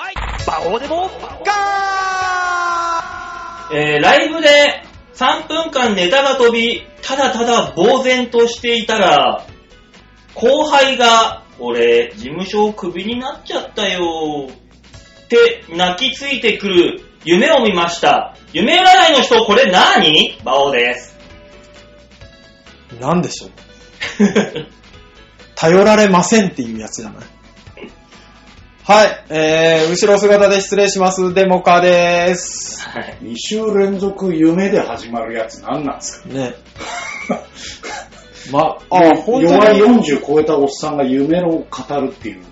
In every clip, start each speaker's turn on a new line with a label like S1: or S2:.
S1: ここでも、ガー
S2: えー、ライブで3分間ネタが飛び、ただただ呆然としていたら、後輩が、俺、事務所をクビになっちゃったよって泣きついてくる夢を見ました。夢占いの人、これ何バオです。
S3: なんでしょう。頼られませんっていうやつじゃない。はい、えー、後ろ姿で失礼します。デモカでーす。
S2: はい
S4: 2週連続夢で始まるやつ何なんですか
S3: ね。 ま、
S4: あ
S3: あ、
S4: 本
S3: 本
S4: 弱
S3: 当
S4: い
S3: に、
S4: 40超えたおっさんが夢を語るっていう。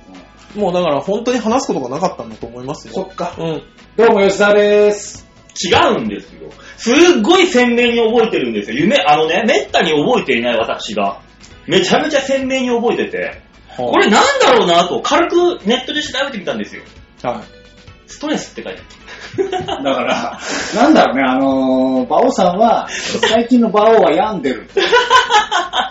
S3: もうだから本当に話すことがなかったんだと思いますよ。
S4: っか。
S3: うん。
S4: どうも吉沢です。
S2: 違うんですよ。すっごい鮮明に覚えてるんですよ。夢、あのね、めったに覚えていない私が。めちゃめちゃ鮮明に覚えてて。これなんだろうなと、軽くネットで調べてみたんですよ。
S3: は
S2: ストレスって書いて
S4: だから、 なんだろうね、あのー、馬王さんは、最近の馬王は病んで る。
S2: あ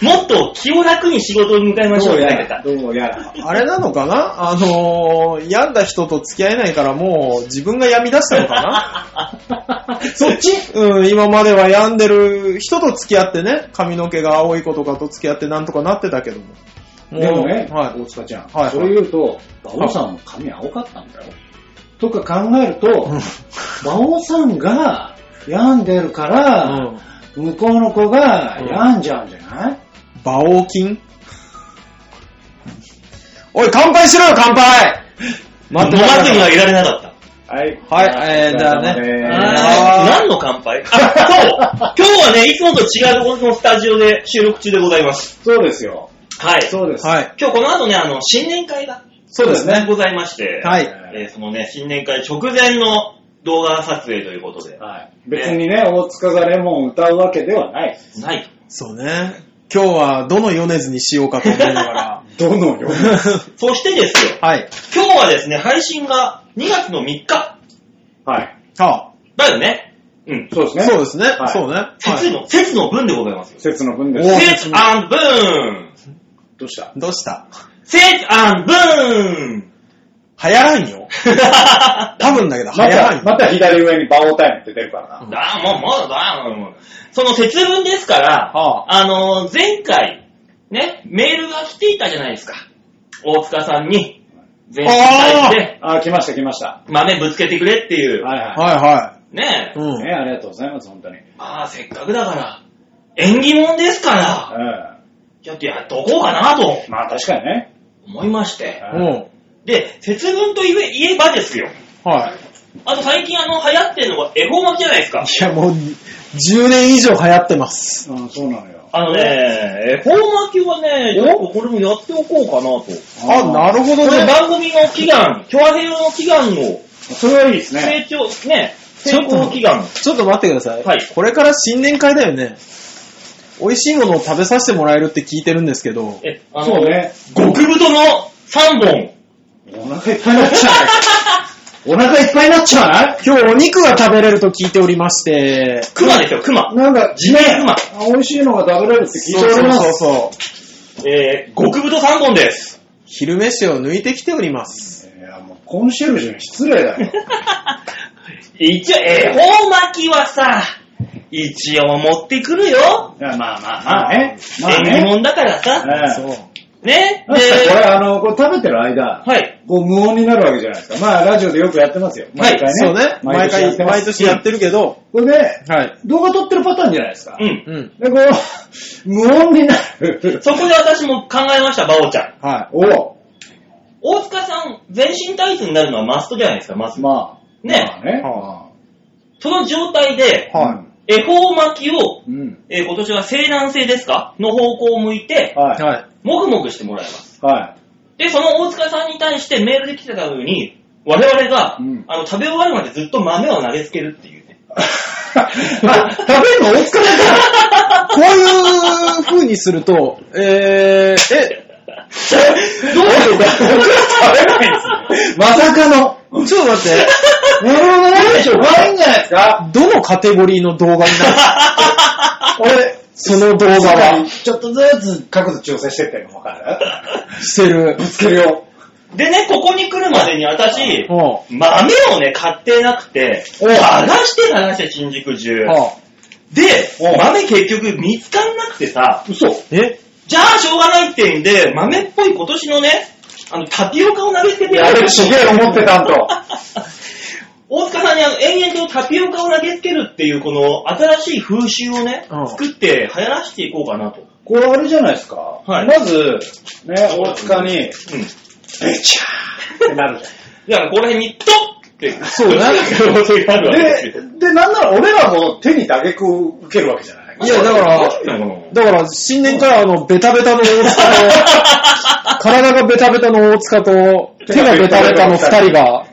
S2: る。もっと気を楽に仕事に向かいましょう
S4: どう
S2: って書い
S4: や
S2: て
S4: ら、
S2: た。
S4: どうやら。
S3: い。あれなのかなあのー、病んだ人と付き合えないからもう自分が病み出したのかなそっちうん、今までは病んでる人と付き合ってね、髪の毛が青い子とかと付き合ってなんとかなってたけども。う
S4: でもね、
S3: はい
S4: 大。塚ちゃん、
S3: はいはい
S4: それ言うと、馬王さんも髪青かったんだよ。とか考えると、馬王さんが病んでるから、
S3: うん。
S4: 向こうの子が病んじゃうんじゃない、
S3: 馬王金 おい、乾杯しろよ、乾杯
S2: 飲まずにはいられなかった。
S4: はい。
S3: はいえーじゃあね
S4: お疲れ様です
S3: あー
S2: 何の乾杯あ、そう今日はね、いつもと違うところのスタジオで収録中でございます。
S4: そうですよ。
S2: はい。
S4: そうです。
S3: はい。
S2: 今日この後ね、あの、新年会が
S3: そうですね。
S2: ございまして、
S3: はい
S2: えーそのね、新年会直前の動画撮影ということで、
S4: はい別にね、大塚がレモンを歌うわけではない。
S2: ないと。
S3: そうね。今日はどの米津にしようかと思いなが ら。
S4: どのよ。
S2: そしてですよ、
S3: はい。
S2: 今日はですね、配信が2月の3日
S4: はい。
S3: あ
S2: だよね。うん。
S4: そうですね。
S3: そうですね。
S4: はい
S3: そうね。は
S2: 節
S3: い。
S2: の、節の分でございますよ。
S4: 節の分で
S3: お
S4: す。
S2: 節アンブーン
S4: どうした
S3: どうした
S2: 節アンブーン
S3: 流行らんよ。多分だけど、流行
S4: ま
S3: ら
S4: た、
S3: んよ。
S4: また左上に馬王タイムって出るからな。
S2: だ、もう、もう、だ、もうもう、その節分ですから、
S3: は
S2: あの、前回、ね、メールが来ていたじゃないですか。大塚さんに、前回で
S4: あー、来ました来ました。
S2: 豆ぶつけてくれっていう、
S4: はいは
S3: は
S2: ね
S3: いはい。う
S4: い。
S3: ん。
S4: ね、ありがとうございます、本当に。
S2: まあ、せっかくだから、縁起物ですから、
S4: う
S2: ちょっとやっとこうかなと
S4: ん。まあ確かにね。
S2: 思いまして。
S4: うん
S3: うん。
S2: で、節分と言え言えばですよ。
S3: はい。
S2: あと最近あの、流行ってるのが恵方巻きじゃないですか。
S3: いや、もう、10年以上流行ってます。
S4: うん、そうなのよ。
S2: あのね、恵方巻きはね、ちょっとこれもやっておこうかなと。
S3: あ、なるほど
S2: これ
S3: ね。
S2: 番組の祈願、共和平和の祈願の
S4: それはいいですね。
S2: 成長、ね、成功祈願。
S3: ちょっと待ってください。
S2: はい
S3: これから新年会だよね。美味しいものを食べさせてもらえるって聞いてるんですけど。
S2: え、あ
S4: そう
S2: の、
S4: ね。
S2: 極太の3本。
S4: お腹いっぱいになっちゃう。お腹いっぱいになっちゃわない
S3: 今日お肉が食べれると聞いておりまして。
S2: 熊ですよ、熊。
S4: なんか、
S2: 地面熊。
S4: 美味しいのが食べれるって聞いて
S3: そう
S4: おり
S3: そう
S4: ます
S3: そう。そう。
S2: えー、極太3本です。
S3: 昼飯を抜いてきております。
S4: いや、もうコンシェルジュに失礼だ よ。
S2: 一応、恵方巻きはさ、一応持ってくるよ。
S4: いやまあまあまあね。まあ
S2: 縁起
S4: ね。
S2: 物だからさ。
S4: ええ
S3: そう。
S2: ね。
S4: 確かにこれ、
S2: で、
S4: あの、これ食べてる間、
S2: はい。
S4: こう無音になるわけじゃないですか。まあ、ラジオでよくやってますよ。毎回ね。
S3: そうね。毎
S4: やっ
S3: 回、
S4: てます
S3: 毎年やってるけど。
S4: これで、
S3: はい。
S4: 動画撮ってるパターンじゃないですか。
S2: うん。
S3: うん。
S4: で、こう、 無音になる。
S2: そこで私も考えました、バオちゃん。
S3: は
S4: お
S2: 大塚さん、全身タイツになるのはマストじゃないですか、マスト。
S4: まあ。
S2: ね
S4: まあね。
S3: は
S2: その状態で
S3: い。、は
S2: 恵方巻きを、
S4: い。うん。
S2: えー今年は西南西ですかの方向を向いて、
S3: い。
S4: は
S3: はい。
S2: もぐもぐしてもらいます。
S4: い。はい。
S2: で、その大塚さんに対してメールで来てたように、我々が、
S4: うん
S2: あの、食べ終わるまでずっと豆を投げつけるっていうね。
S4: あ、食べるの大塚だか
S3: こういう風にすると、 えー、え、
S2: どういうこ
S4: まさかの。
S3: ちょっと待って。
S4: なるほどね。
S3: しょう
S4: いいんじゃないですか。
S3: どのカテゴリーの動画になる俺、その動画は、
S4: ちょっとずつ角度調整してってるの分かる
S3: してる。
S4: ぶつけるよ。
S2: でね、ここに来るまでに私、
S5: お
S2: 豆をね、買ってなくて、
S5: お
S2: 探して探して、新宿中。で、豆結局見つかんなくてさ、
S4: 嘘。
S5: え
S2: じゃあしょうがないってんで、豆っぽい今年のね、あの、タピオカを投げ捨ててやる。
S4: すげえ思ってたんと。
S2: 大塚さんにあの延々とタピオカを投げつけるっていう、この新しい風習をね、
S5: うん
S2: 作って流行らしていこうかなと。
S4: これあれじゃないですか。
S2: はい
S4: まず、ね、大塚に、え
S2: うん。
S4: ちゃーってなるじ
S2: だからこの辺に、ドッって、
S5: そうね
S2: 可能性がある
S4: ゃん。
S2: わけですよ。
S4: で、で、なんなら俺らも手に打撃を受けるわけじゃない
S5: いや、だから、
S2: なんなの
S5: だから、新年からあの、ベタベタの大塚と、体がベタベタの大塚と、手がベタベタの二人が、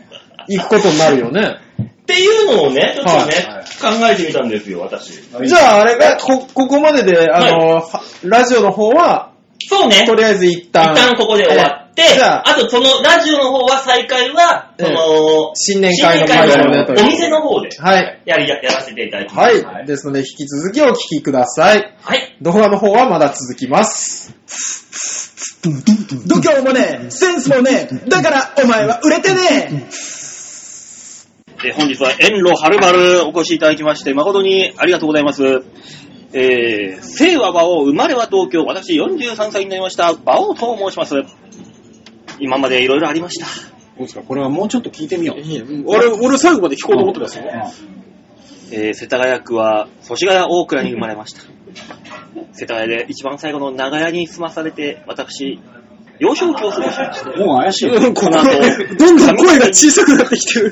S5: 行くことになるよね。
S2: っていうのをね、ちょっとね、考えてみたんですよ、私。
S5: じゃあ、あれが、こ、ここまでで、あの、はラジオの方は、
S2: そうね。
S5: とりあえず一旦、
S2: 一旦ここで終わって、
S5: ええじゃあ
S2: あ、とそのラジオの方は再開は、その、
S5: 新年会の
S2: 新
S5: 前の
S2: 年会
S5: ね、
S2: の
S5: と
S2: お店の方で
S5: はい。
S2: やりややらせていただきます。
S5: は。
S4: はいい
S5: ですので、引き続きお聞きください。
S2: はい。
S5: 動画の方はまだ続きます。
S3: 度胸もねえ、センスもねえ、だからお前は売れてね
S2: えー本日は遠路はるばるお越しいただきまして、誠にありがとうございます。えー、生は馬王、生まれは東京、私43歳になりました、馬王と申します。今までいろいろありました。
S4: どうですかこれはもうちょっと聞いてみよう。
S2: 俺、俺最後まで聞こうと思ってます
S4: うん
S2: えー世田谷区は祖師ヶ谷大倉に生まれました。世田谷で一番最後の長屋に住まされて、私、幼少期を過ごしました。
S4: もう怪しい。うん。
S2: この後、
S3: どんどん声が小さくなってきてる。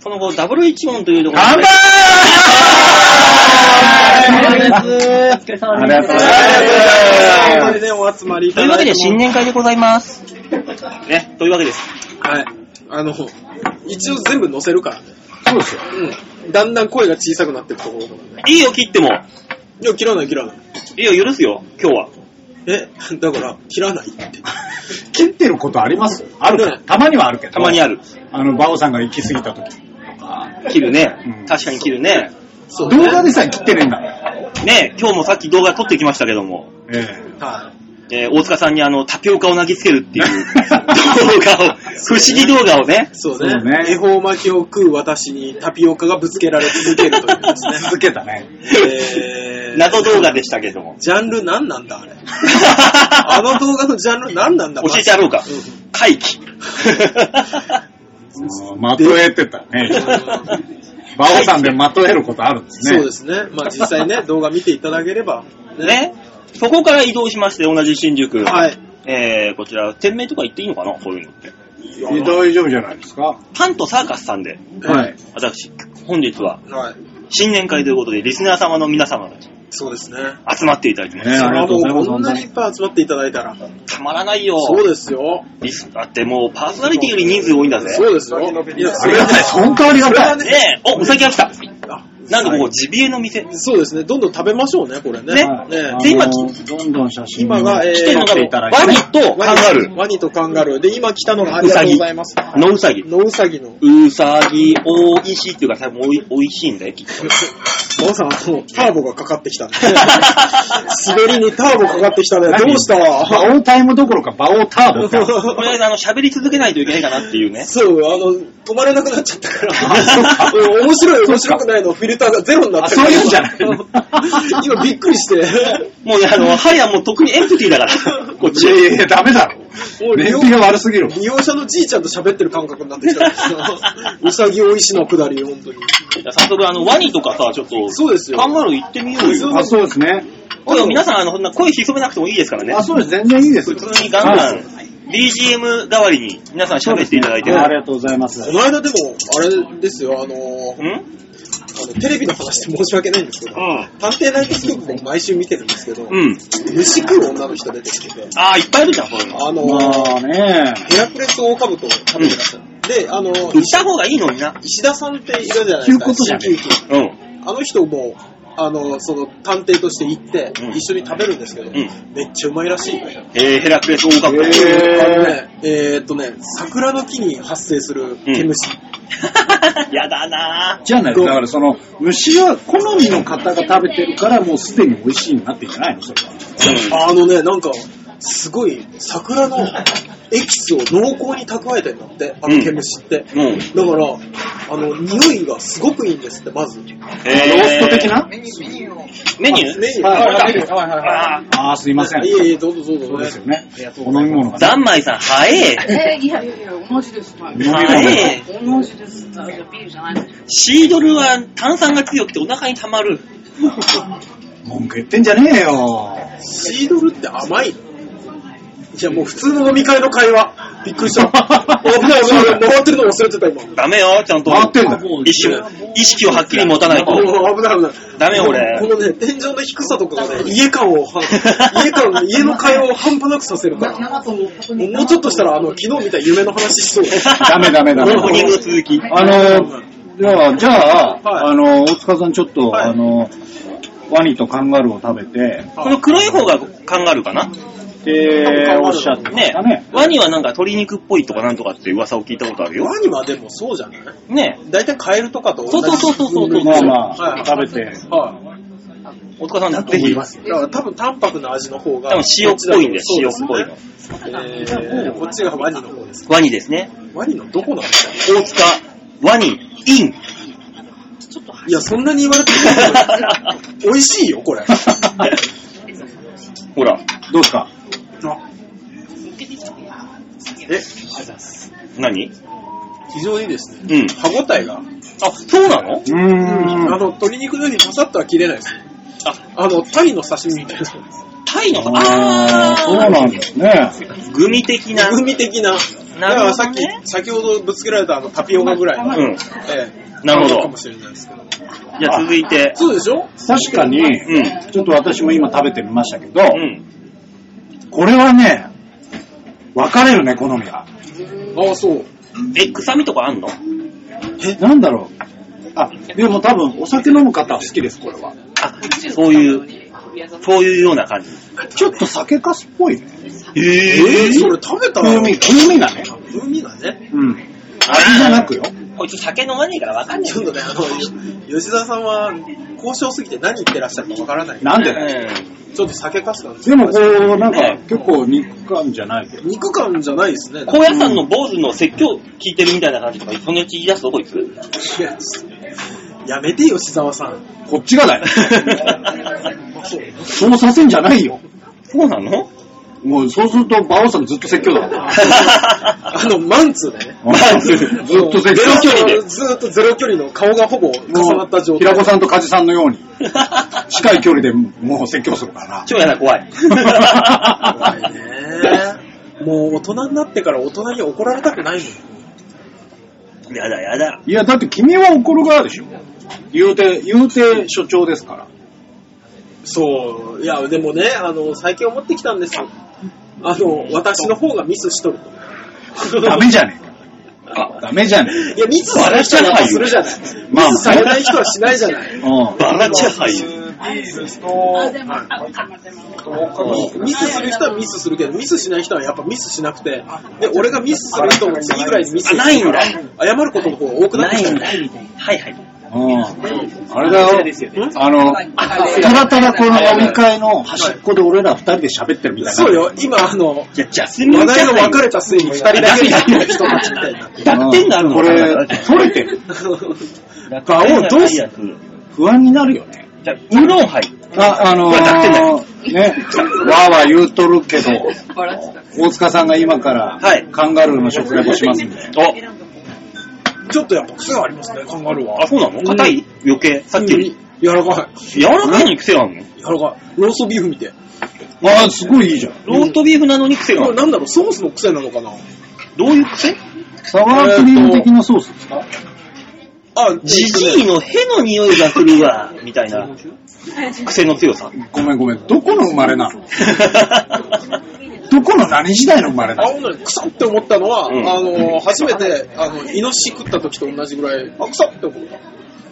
S2: その後、ダブル一問というところ
S4: 乾杯
S2: お疲れ様
S4: ありがとうございます
S3: はい本当にね、お集まりい
S2: と
S3: た
S2: いうわ
S3: だ
S2: け
S3: いて
S2: で、
S3: も。
S2: 新年会でございます。ね、というわけです。
S3: はい。あの、一応全部載せるからね。
S4: そうですよ。
S3: うん。だんだん声が小さくなってるところとかね。
S2: いいよ、切っても。
S3: いや、切らない切らない。
S2: いいよ、許すよ、今日は。
S3: え、だから、切らないって。
S4: 切ってることありますあるからたまにはあるけど。
S2: たまにある。
S4: あの、バオさんが行き過ぎた時とか。
S2: 切る
S4: う
S2: ね
S4: ん。
S2: 確かに切るね。
S3: そうね、
S4: 動画でさえ切ってねえんだから。
S2: ね、今日もさっき動画撮ってきましたけども。
S4: え
S3: はい。
S2: えー大塚さんにあの、タピオカを投げつけるっていう 動画を、不思議動画をね、
S3: そう
S4: そう
S3: ね
S4: ね。
S3: 恵方巻きを食う私にタピオカがぶつけられ続けるというで
S4: え続けたね。
S3: すねえー。
S2: 謎動画でしたけども。
S3: ジャンル何なんだあれ。あの動画のジャンル何なんだ
S2: 教えてやろうか
S3: ん。
S2: 回 帰。
S4: うんまとえてたね。バオさんでまとえることあるんですね。
S3: そうですね。まあ実 際ね、動画見ていただければ。
S2: ね。そこから移動しまして、同じ新宿。
S3: はい。
S2: えー、こちら、店名とか言っていいのかなそういうのって。
S4: え大丈夫じゃないですか。
S2: パンとサーカスさんで、
S4: はい。
S2: 私、本日は、
S3: はい。
S2: 新年会ということで、リスナー様の皆様たち、
S3: そうですね。
S2: 集まっていただきまし
S4: ねありがとうございます
S3: こんなにいっぱい集まっていただいたら。
S2: た。たまらないよ。
S3: そうですよ。
S2: リスだってもう、パーソナリティより人数多いんだぜ。
S3: そうですよ。いや、
S4: あ
S3: そ
S4: り
S3: れ
S4: が
S3: は
S4: たい。
S3: ね、
S4: 本当ありがたい。
S2: ねえ、お、うさぎが来た。
S3: あ
S2: なんかここ、ジビエの店。
S3: そうですね。どんどん食べましょうね、これね。
S2: ね
S4: はい
S3: ね
S4: あの
S2: で今
S4: どんどん写真
S3: 今がえー
S2: 来てるのが、ワニとカンガルー。
S3: ワニとカンガルー。で、今来たのがありがとうございます。
S2: のウサギ。
S3: ノウサギの。
S2: ウサギ、おいしいっていうか、多分おい、おいしいんだよ、きっ と。
S3: 馬場さん、あの、ターボがかかってき たね。滑りにターボかかってきたね。どうした
S4: バオタイムどころかバオターボか。
S2: とりあえず、あの、喋り続けないといけないかなっていうね。
S3: そう、あの、止まれなくなっちゃったから
S4: あ。そう
S3: うん面白い、面白くないのフィルターがゼロになってる
S4: あそういうんじゃない
S3: 今びっくりして。
S2: もうね、あ の、ハイはもう特にエンプティーだから、こっ
S4: い
S2: ち。
S4: やいやいや、ダメだろ。
S3: もう利
S4: 燃
S3: 用
S4: 費が悪すぎる。
S3: 利用者のじいちゃんと喋ってる感覚になってき たんですよ。うさぎおいしのくだり、本当に。
S2: いや早速、あの、ワニとかさ、ちょっと、
S3: そうですよ
S2: カンガルー行ってみようよ。
S4: あ、そうですね。
S2: 声を皆さん、あの、そんな声潜めなくてもいいですからね
S4: あ、。そうです。全然いいです。
S2: 普通にガンガン、BGM 代わりに皆さん喋っていただいて。
S4: ありがとうございます。
S3: この間でも、あれですよ、あ
S2: ん
S3: のーあの、テレビの話で申し訳ないんですけど、探偵ナイトスクープ僕毎週見てるんですけど、
S2: うん。うん。
S3: 虫食う女の人出てきてて、
S2: あー、いっぱいいるじゃん、そういうの。
S3: あのー
S4: まあね。
S3: ヘラクレスオオカブトを食べてらっしゃる。で、あのー
S2: 行った方がいいのにな。
S3: 石田さんっているじゃないです
S4: 旧
S3: か、
S4: ことじゃね
S3: 新旧
S2: うん。
S3: あの人も、あの、その、探偵として行って
S2: うん、
S3: 一緒に食べるんですけど、
S2: ん
S3: めっちゃうまいらしいよ。
S2: えー、ヘラクレスオオカブト。
S4: へー
S3: あのね、えーっとね、桜の木に発生する毛虫。
S2: やだな
S4: じゃない。だからその、虫は好みの方が食べてるから、もうすでに美味しいになってんじゃないのそれは。
S2: ぁ。
S3: あのね、なんか、すごい桜のエキスを濃厚に蓄えてんだって、あ
S2: う
S3: の
S2: ん
S3: 毛虫って。だか
S2: うん。
S3: ら、あの、匂いがすごくいいんですって、まず。
S2: え
S4: ロースト的な
S2: メニュー
S3: メニュー
S2: あこれか
S3: メニューはいはいはい
S2: あ
S4: ああ、すいません。
S3: いえいえ、どうぞどうぞ。
S4: そうですよね。お飲み物
S2: ー
S4: が。
S2: ざんまいさん、早え。
S6: えー、いやいやいや、同じです。はい
S4: 飲み
S2: は
S4: 物
S2: い
S6: 同じです。あいや、ビールじゃないです。
S2: シードルは炭酸が強くてお腹に溜まる。
S4: 文句言ってんじゃねえよ。
S3: シードルって甘いいや、もう普通の飲み会の会話。びっくりした。危ない危ない。回ってるの忘れてた、今。
S2: ダメよ、ちゃんと。
S4: 回ってんだ
S2: 意識を意識をはっきり持たないと。
S3: もう危ない危ない。
S2: ダメよ、俺
S3: こ。のね、天井の低さとかがね、家感を、家感の家の会話を半端なくさせるから。もうちょっとしたら、あの、昨日見た夢の話しそう。
S4: ダメダメダメ
S2: オープニングの続き。
S4: あの、じゃあ、じゃあ、
S3: はい
S4: あの、大塚さんちょっと、
S3: はい
S4: あの、ワニとカンガルーを食べて、
S2: この黒い方がカンガルーかな
S4: で、おっしゃってた
S2: ね
S4: ね。
S2: ワニはなんか鶏肉っぽいとかなんとかって噂を聞いたことあるよ
S3: ワ。ニはでもそうじゃない
S2: ね
S3: 大体カエルとかと同じ。
S2: そうそうそうそうそう
S4: まあま
S3: は
S4: あ、
S3: い
S4: 食べて。
S3: はい。
S2: お塚さん、ぜひ。多
S3: だから多分淡白な味の方が。
S2: 分塩っぽいんだよ、塩っ
S3: そう
S2: ぽいの。
S3: ですえーこっちがワニの方です。
S2: ワニですね。
S3: ワニのどこなんですか
S2: 大塚、ワニ、イ ン。
S3: いや、そんなに言われても美味しいよ、これ。
S2: ほら、
S4: どうですか
S3: え、
S2: 何
S3: 非常にですね、
S2: うん。
S3: 歯応えが、
S2: あ、そうなの
S4: うー
S3: あの、
S4: ん。
S3: 鶏肉のようにパサッとは切れないです。あ、あの、タイの刺身みたいな。
S2: タイの、
S4: あーそうなんですね。
S2: グミ的な。
S3: 風味的な。
S2: な
S3: だ
S2: るほ
S3: か
S2: どね
S3: らさっき、先ほどぶつけられたあのタピオカぐらいの。
S2: うん。
S3: ええ
S2: なるほど
S3: かもしれないですけど。
S2: じゃあ続いて。
S3: そうでしょ
S4: 確かに、
S2: うん。
S4: ちょっと私も今食べてみましたけど、
S2: うん。
S4: これはね、分かれるね、好みが。
S3: ああ、そう。
S2: え、臭みとかあんの
S4: え、なんだろう。あ、でも多分、お酒飲む方は好きです、これは。
S2: あ、そういう、そういうような感じ。
S4: ちょっと酒かすっぽいね。
S3: え
S2: え
S3: えそれ食べたら、
S4: 風味、風味がね。
S3: 風味がね。
S4: うん。味じゃなくよ。
S2: こいつ酒飲まねえからわかんね
S3: ちょっとね、あの、吉田さんは、交渉すぎて何言ってらっしゃるかわからない。
S4: なん
S2: え
S4: で
S2: な
S4: だよ。
S2: い。
S3: ちょっと酒かすなんです
S4: でもこう、なんか
S2: ね
S4: 結構肉感じゃないけど。
S3: 肉感じゃないですね。
S2: 高野山の坊主の説教聞いてるみたいな感じとか、そのうち言い出すぞ、 こいつ。
S3: いややめてよ、吉沢さん。
S4: こっちがだよ。そうさせんじゃないよ。
S2: そうな の
S4: もうそうすると、馬王さんずっと説教 だから。
S3: あの、マンツーね。
S2: マンツ
S4: ず
S2: ー
S4: っと説
S3: ゼロ距
S4: 教。
S3: 離で。ずーっとゼロ距離の顔がほぼ重なった状
S4: 平
S3: 態。
S4: 子さんと梶さんのように、近い距離でもう説教するから
S2: 超やな、怖い。
S3: 怖いね。もう大人になってから大人に怒られたくないもん。
S2: やだ、やだ。
S4: いや、だって君は怒る側でしょ。言うて、言うて所長ですから。
S3: そう。いや、でもね、あの、最近思ってきたんですよ。あの、私の方がミスしとると。
S4: ダメじゃねえか。ダメじゃねえ
S3: いや、ミスされる人はするじゃない。ミ
S4: まあ
S3: スされない人はしないじゃない。
S4: か。うん。
S2: バカチャハイ。
S7: ビールと、
S6: あ、でも、あ、待って待って
S3: ミミスする人はミスするけど、ミスしない人はやっぱミスしなくて、で、俺がミスする人の次ぐらいにミス
S2: あ、
S3: する
S2: ないんだ。
S3: 謝ることの方が多くなっ
S2: な
S3: て
S2: い
S3: きた
S2: んだ。はいはい。
S4: うん。あれだよ。あの、
S6: あ
S4: ただただこの飲み会の端っこで俺ら二人で喋ってるみたいな。
S3: そうよ、今あの、
S2: じゃ、ジャスミン
S3: 話
S2: チャ
S3: 題の
S2: ハイ
S3: 分かれた末に二人だけになった人たちみたいな。
S4: うん。
S2: 濁点があるの
S4: こ
S2: か な
S4: れ、取れてる。
S2: 馬王どうす
S4: 不安になるよね。
S2: じゃあ、ウーロンハイ。
S4: あ、あの
S2: これ濁点だよ
S4: ー、ね、わーわー言うとるけど、大塚さんが今から
S2: はい、
S4: カンガルーの食レポしますんで。
S3: ちょっとやっぱ癖がありますね、考えるわ。
S2: あ、あ、そうなの硬い余計。さっきより。
S3: 柔らかい。
S2: 柔らかいのに癖があるの
S3: 柔らかい。ローストビーフ見て。
S4: ああ、すごいいいじゃん。
S2: ローストビーフなのに癖があ
S3: これ
S2: る。
S3: なんだろう、ソースの癖なのかな
S2: どういう癖
S4: サワークリーム的なソースですか
S3: あ、
S2: ジジイのヘの匂いがするわ、みたいな癖の強さ。
S4: ごめんごめん。どこの生まれなの どこの何時代の生まれな
S3: あ、
S4: の
S3: ほんとに、臭って思ったのは、
S2: うん
S3: あの、初めて、あの、イノシシ食った時と同じぐらい、あ、臭って思っ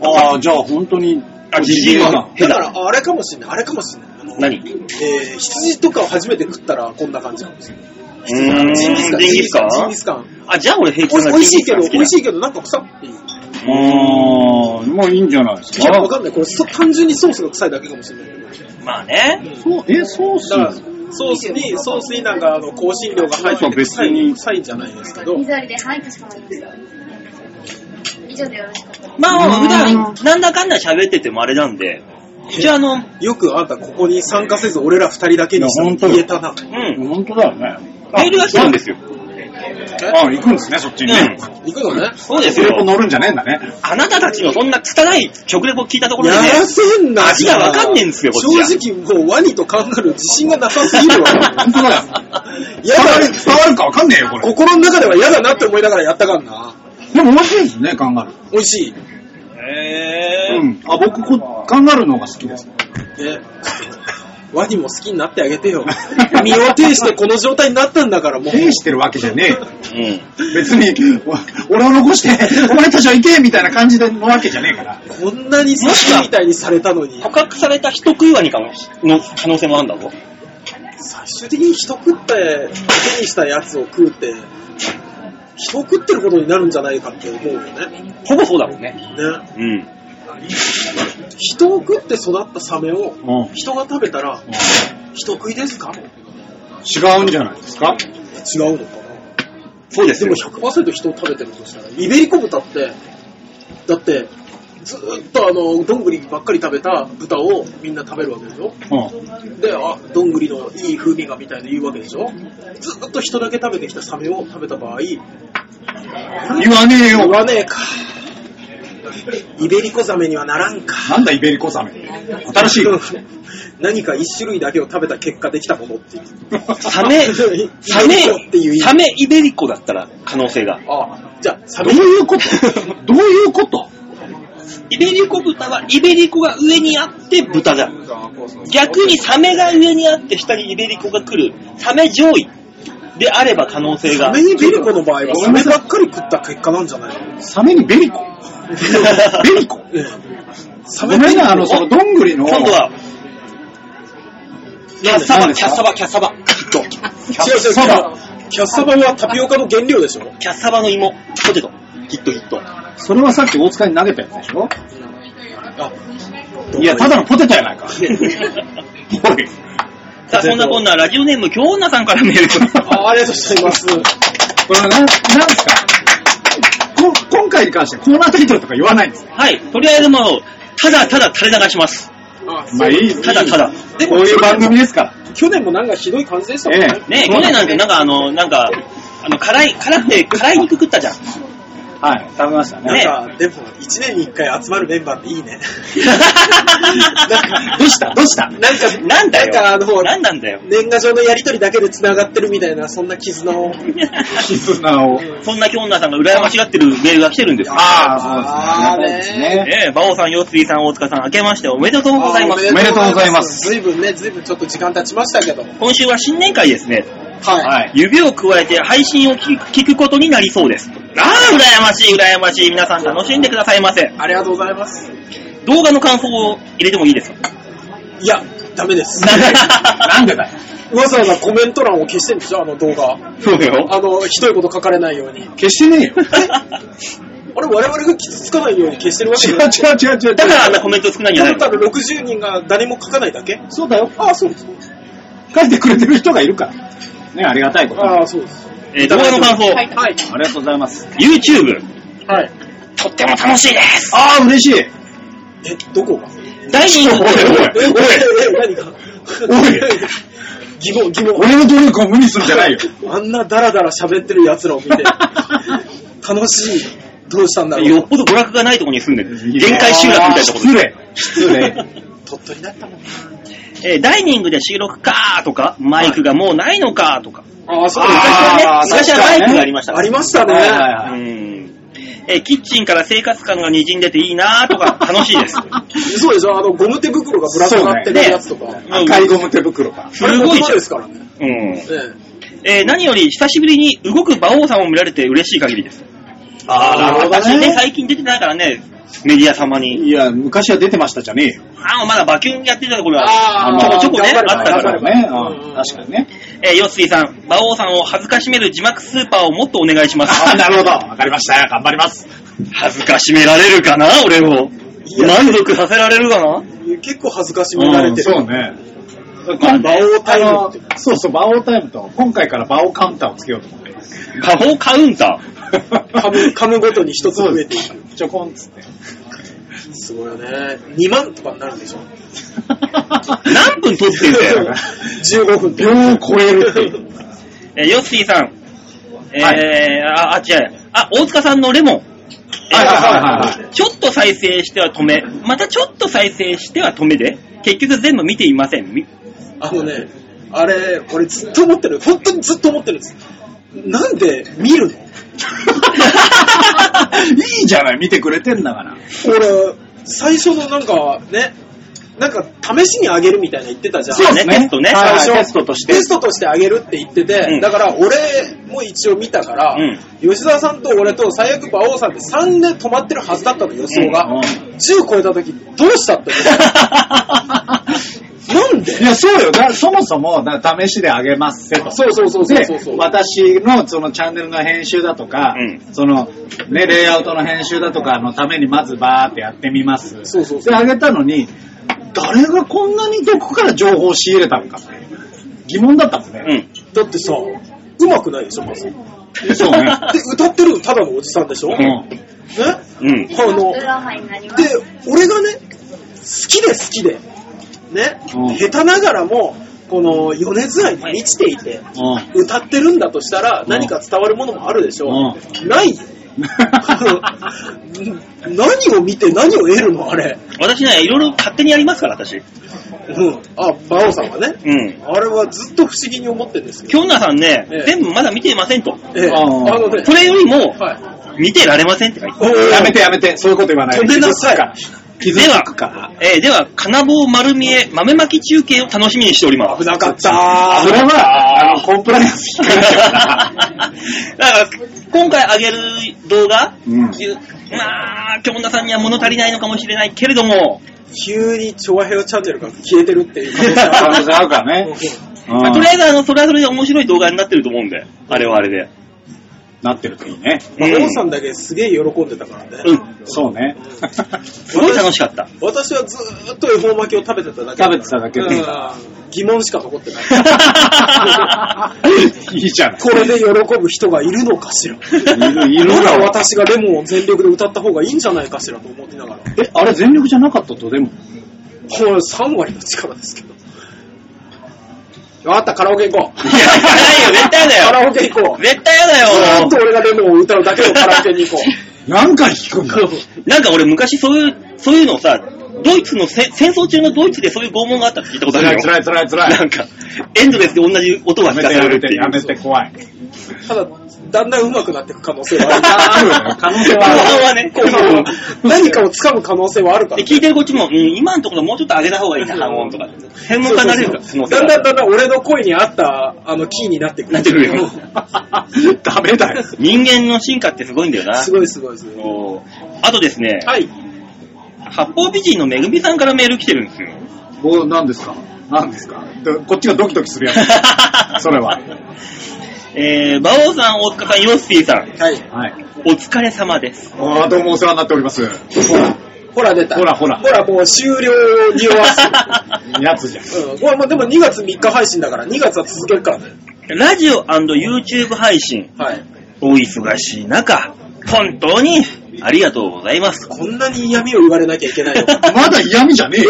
S3: た。
S4: ああ、じゃあ本当に、
S2: あジジイは
S3: だから、あれかもしんない、あれかもしんない。あの
S2: 何う
S3: えー、羊とかを初めて食ったらこんな感じかもしれない。
S2: ーん、ジンギスカン。ジンギスカ
S3: ジン
S2: ン
S3: ギスカン。
S2: あ、じゃあ俺平
S3: お
S2: 均
S3: い
S2: が
S3: 美
S2: ジンギ
S3: 味し
S2: ス
S3: いけ
S2: カン
S3: ど、
S2: 好き
S3: 美
S2: だ
S3: 味しいけど、なんか臭っていう。
S4: ああ、もういいんじゃないです
S3: いや、わ
S4: か。
S3: かんない。これ、そ単純にソースが臭いだけかもしれないけど。
S2: まあね。
S4: そうえ、ソース
S3: だから、
S8: ソースに、ソースになんかあの香辛料が入って
S2: まあ
S8: て、
S2: 別
S8: 臭い
S2: に
S8: 臭いんじゃないですけど、
S9: 緑で、はい、かしこまりました。以上でよろしく。
S2: まあまあ、普段、なんだかんだ喋っててもあれなんで、一応あの、
S8: よくあんたここに参加せず俺ら二人だけに
S10: いや本当
S8: 言えたな。
S2: うん、
S10: 本当だよね。
S2: メールが来たんですよ。
S4: あ、行くんですね、そっちにね。
S8: 行くのね。
S2: そうです
S4: それ
S2: よ。
S4: 乗るんじゃねえんだね。
S2: あなたたちのそんな拙い食レポ聞いたところでね、
S8: やらせんな。
S2: 味がわかんねえんですよこっちは
S8: 正直もうワニとカンガルー自信がなさすぎ るわ。
S4: 本当だよ。
S8: や
S4: 伝わる
S8: だ、
S4: 伝わるかわかんねえよ、これ。
S8: 心の中では嫌だなって思いながらやったかんな。
S4: でも美味しいですね、カンガルー。
S8: 美味しい。
S2: え
S4: うん。あ、僕、こカンガルーの方が好きです。
S8: ね、 ワニも好きになってあげ てよ。身を挺してこの状態になったんだからもう。
S4: 手してるわけじゃねえよ。
S2: ー、
S4: 別 に、お俺を残して、お前たちは行けみたいな感じでのわけじゃねえから。
S8: こんなに好きみたいにされたのに
S2: うん。、捕獲された人食いワニかもしの可能性もあるんだぞ。
S8: 最終的に人食って、手にしたやつを食うって、人食ってることになるんじゃないかって思うよね。
S2: ほぼそうだろうね。
S8: ね。
S2: うん。
S8: 人を食って育ったサメを
S4: うん
S8: 人が食べたら、人食いですか
S4: 違うんじゃないですか
S8: 違うのかな
S2: そうです
S8: で
S2: よ
S8: も。100%人を食べてるとしたら、イベリコ豚って、だって、ずーっとあの、どんぐりばっかり食べた豚をみんな食べるわけでしょ
S4: うん。
S8: で、あ、どんぐりのいい風味がみたいな言うわけでしょずーっと人だけ食べてきたサメを食べた場合、
S4: 言わねえ
S8: 言
S4: よ。
S8: わねえか。イベリコザメにはならんか。
S4: なんだイベリコザメ。新しい。
S8: 何か一種類だけを食べた結果できたものっていう。
S2: サメ、サ
S8: イベリコってい
S2: メ、
S8: う意味
S2: サメイベリコだったら可能性が。
S8: あ、じゃあサ
S4: ど
S8: メ
S4: う、いうことどういうこと
S2: イベリコ豚はイベリコが上にあって豚だ。逆にサメが上にあって下にイベリコが来る。サメ上位であれば可能性
S8: サ
S2: が。
S8: メイベリコの場合はサメばっかり食った結果なんじゃないの
S4: サメにベリコベリコ
S8: サ
S4: ご
S8: メ
S4: めんな、あの、その、どんぐりの、
S2: 今度は、キャッサ
S4: なん
S2: バ、
S4: です
S2: キャ
S4: か
S2: ッサバ、キャッサバ。きっと。
S8: 違う違う違う。キャッサバはタピオカの原料でしょ
S2: キャッサバの芋、ポテト。きっときっと。
S4: それはさっき大塚に投げたやつでしょいや、ただのポテトや ないか。おい
S2: さあ、そんなこんなラジオネーム、京女さんからメールします。
S8: あありがとうございます。
S4: これはな、なんすかこ今回に関してコーナータイトルとか言わないんです
S2: はい、とりあえずもう、ただただ垂れ流します。
S4: まあいい
S2: ただただ。
S8: で
S4: こ
S8: も
S4: う、いう番組ですから。
S8: 去年もなんかひどい感じでしたもんね。
S4: え
S2: ねえ、去年なんてなんかあの、なんか、あの、辛い、辛くて、辛い肉食ったじゃん。
S4: はい、食べました ね。
S8: なんか、でも、一年に一回集まるメンバーっていいね。
S2: なんか
S4: どうしたどうした
S8: なんか、
S2: なんだよ。
S8: なんかあの、
S2: なんなんだよ。
S8: 年賀状のやりとりだけで繋がってるみたいな、そんな絆を。
S4: 絆を。
S2: そんな京女さんが羨ましがってるメールが来てるんですよ。
S4: ああ、そうですね。ありがたいですね。
S2: ねえ、馬王さん、よつりさん、大塚さん、明けましておめでとうございます。
S4: おめでとうございます
S8: ずいぶんね、ずいぶんちょっと時間経ちましたけど。はい。
S2: 今週は新年会ですね。
S4: はい。
S2: 指を加えて配信を聞く聞くことになりそうです。ああ、羨ましい、羨ましい。皆さん楽しんでくださいませ。
S8: ありがとうございます。
S2: 動画の感想を入れてもいいですか
S8: いや、ダメ です。
S4: なんでだ よ。
S8: わざわざコメント欄を消してんでしょ、あの動画。
S4: そうだよ。
S8: あの、ひどいこと書かれないように。
S4: 決してねえよ。
S8: あれ、我々が傷つかないように消してるわけ
S4: 違
S8: じ
S4: う
S8: ゃない
S4: 違う違う違う。
S2: だからあんなコメント少ないんじゃないの
S8: ただ60人が誰も書かないだけ
S4: そうだよ。
S8: ああ、そうです。
S4: 書いてくれてる人がいるから。ね、ありがたいこと。あ
S8: ああ、そうです。
S2: えー動画の感想、
S6: はい。はい。
S4: りがとうございます。
S2: YouTube、
S8: はい。
S2: とっても楽しいです。
S4: ああ、嬉しい。
S8: え、どこが
S2: 第2
S4: おいおい
S2: 位、
S8: え、え、え何が
S4: おい
S8: 疑問、疑問。
S4: 俺の努力を無にするんじゃないよ。
S8: あんなダラダラ喋ってる奴らを見て、楽しい。どうしたんだろ
S2: よ
S8: う
S2: っ。ぽど娯楽がないところに住んでる。限界集落みたいなところ
S4: 失礼。失 礼。
S8: 鳥取だったもん。
S2: えーダイニングで収録かーとか、マイクがもうないのかーとか。
S8: ああ、そうです
S2: 昔は
S4: あ
S2: ね、
S4: ー
S2: 昔はマイクがありましたか
S8: あ
S2: ら。
S8: りました
S4: はいはい
S8: ね。
S4: は
S2: う
S4: い
S2: ん。えーキッチンから生活感が滲んでていいなーと か、楽しいです。
S8: そうでしょあの、ゴム手袋がぶら下がってるやつとか。
S4: 赤いゴム手袋か。
S2: すごいじ
S8: あれ
S2: ゃん
S8: で。すからね。
S2: うん。
S8: え
S2: えー何より久しぶりに動く馬王さんを見られて嬉しい限りです。
S4: あーなるほどね
S2: 私ね、最近出てないからね、メディア様に。
S4: いや、昔は出てましたじゃねえよ。
S2: あ、まだ馬キュンやってたところ
S8: あ
S2: は
S8: ー、
S2: ちょこちょこね、
S8: 頑張れば
S2: あったか。
S4: だかららね。うん確かにね。
S2: えー、よっすいさん、馬王さんを恥ずかしめる字幕スーパーをもっとお願いします。
S4: あ あ、なるほど。わかりました。頑張ります。
S2: 恥ずかしめられるかな、俺を。
S8: いや
S2: 満足させられるかな
S8: え結構恥ずかしめられてる。
S4: そうね。だから、馬王タイム
S2: あ
S4: って。そうそう、馬王タイムと、今回から馬王カウンターをつけようと思って。
S2: 魔法カウンター。
S8: 噛む、噛むごとに一つ増えていく。
S4: ちょこんっつ って。
S8: すごいよね。2万とかになるんでしょ
S2: 何分撮ってんだよ。
S8: ?15 分。秒を超えるっていう。
S2: えーヨッシーさん。えーあ、あ、違う。あ、大塚さんのレモン。
S4: はいはいはいは
S2: ちょっと再生しては止め。またちょっと再生しては止めで。結局全部見ていません。み
S8: あのね、あれ、俺ずっと思ってる。本当にずっと思ってるんです。なんで見るの
S4: いいじゃない、見てくれてんだから。
S8: 俺、最初のなんかね、なんか試しにあげるみたいな言ってたじゃん。
S2: ね、テストね。
S8: 最初
S2: テストとして。
S8: テストとしてあげるって言ってて、
S2: うん
S8: だから俺も一応見たから、
S2: うん
S8: 吉沢さんと俺と最悪馬王さんで3で止まってるはずだったの予想が、
S4: うんうん
S8: 10超えた時どうした って思うなん
S4: い
S8: で
S4: や、そうよ。だそもそも、だ試しであげますせと。
S8: そうそうそうそうそうそう
S4: で私のそのチャンネルの編集だとか、
S2: うん
S4: そのね、レイアウトの編集だとかのためにまずバーってやってみます。
S8: そうそうそう
S4: で、あげたのに、誰がこんなにどこから情報を仕入れたのかって疑問だったもん
S2: う
S4: ね。
S2: ん。
S8: だってさうまくないでしょまずで
S4: そうね。
S8: 歌ってるのただのおじさんでし
S4: う
S8: ょ、ね
S4: ん
S2: うん。
S8: あの
S9: ドラマになります。
S8: で、俺がね、好きで好きで、ね、
S4: うん
S8: 下手ながらも、この、余熱愛に満ちていて、
S4: う
S8: 歌ってるんだとしたら、
S4: ん
S8: 何か伝わるものもあるでしょ
S4: う
S8: う。ないよ。何を見て何を得るのあれ。
S2: 私ね、いろいろ勝手にやりますから、私。
S8: うん。あ、馬王さんがね。
S2: うん。
S8: あれはずっと不思議に思ってるんですけど。
S2: 京奈さんね、
S8: ええ
S2: 全部まだ見ていませんと。
S8: ええ、
S4: あ
S8: あ
S4: ー
S8: のね、
S2: これよりも、
S8: は
S2: 見てられませんって書いてある
S8: い。
S4: やめてやめて、そういうこと言わない。
S8: 止めなさい。
S4: 傷つくから。
S2: えーでは、金棒丸見え豆まき中継を楽しみにしております。
S8: 危なかっ
S4: それ
S8: た
S4: は、あの、コンプライアンス引っかかっちゃう
S2: だ
S4: から
S2: から、今回上げる動画、
S4: うん
S2: まあ、京奈さんには物足りないのかもしれないけれども、
S8: 急に調和平和チャンネルが消えてるっていう可能性
S4: 可
S8: あ
S4: 能
S8: る
S4: 性あるからね。
S2: まあと
S4: うん
S2: りあえずあの、それはそれで面白い動画になってると思うんで、あれはあれで。
S4: なってるといいね。
S8: まあ
S2: うん
S8: 王さんだけすげえ喜んでたからね。
S2: うん。
S4: そう ね。
S2: すごい楽しかった。
S8: 私はずーっと恵方巻きを食べてただけ
S4: 食べてただけで
S8: うん疑問しか残ってない
S4: いいじゃない。
S8: これで喜ぶ人がいるのかしら
S4: いる
S8: まだ
S4: だ
S8: 私がレモンを全力で歌った方がいいんじゃないかしらと思ってながらこ
S4: え、あれ全力じゃなかったとでも。
S8: れ3割の力ですけどわかったカラオケ行こう
S2: いや、絶対よ、絶対
S8: カ
S2: だよ。
S8: ラオケ行こう
S2: 絶対やだ
S8: ずー
S2: よ
S8: っと。俺がレモンを歌うだけのカラオケに行こ
S4: なんか聞くんだ。
S2: なんか俺昔そういう、そういうのをさ、ドイツのせ、戦争中のドイツでそういう拷問があったって聞いたことある
S4: 辛
S2: よ
S4: い。辛い辛い辛い。
S2: なんか、エンドレスで同じ音が
S4: や
S2: 聞
S4: め
S2: か
S4: て
S2: さ
S4: や
S2: れる
S4: め
S2: って
S4: て
S2: い
S4: やめ
S2: う。
S4: て怖い。
S8: うただだんだん上手くなっていく可能性は
S4: あるよね 可能性はある。
S2: はね、こう
S8: ある何かを掴む可能性はあるから
S2: で、聞いてるこっちも、うん、今のところもうちょっと上げた方がいいな、半音とか。専門家になれるから、その
S8: だんだんだんだん俺の声に合ったあのキーになってくる。
S2: なってくるよ
S4: ダメだよ。
S2: 人間の進化ってすごいんだよな
S8: す。ごいすごいすごい。
S2: おーあとですね、
S8: はい。
S2: 八方美人のめぐみさんからメール来てるんですよ。
S4: お、何ですか何ですかでこっちがドキドキす るやつ。それは。
S2: えー、馬王さん、大塚さん、ヨッシーさん、
S8: はい。
S4: はい。
S2: お疲れ様です。
S4: あーどうもお世話になっております。
S8: ほら出た。
S4: ほらほら
S8: ほらもう終了に終わす。
S4: やつじゃん。
S8: うん。これもうでも2月3日配信だから2月は続けるからね。
S2: ラジオ &YouTube 配信、
S8: はい。
S2: お忙しい中、本当にありがとうござ います。
S8: こんなに嫌味を言われなきゃいけないの か。
S4: まだ嫌味じゃ ねえよ。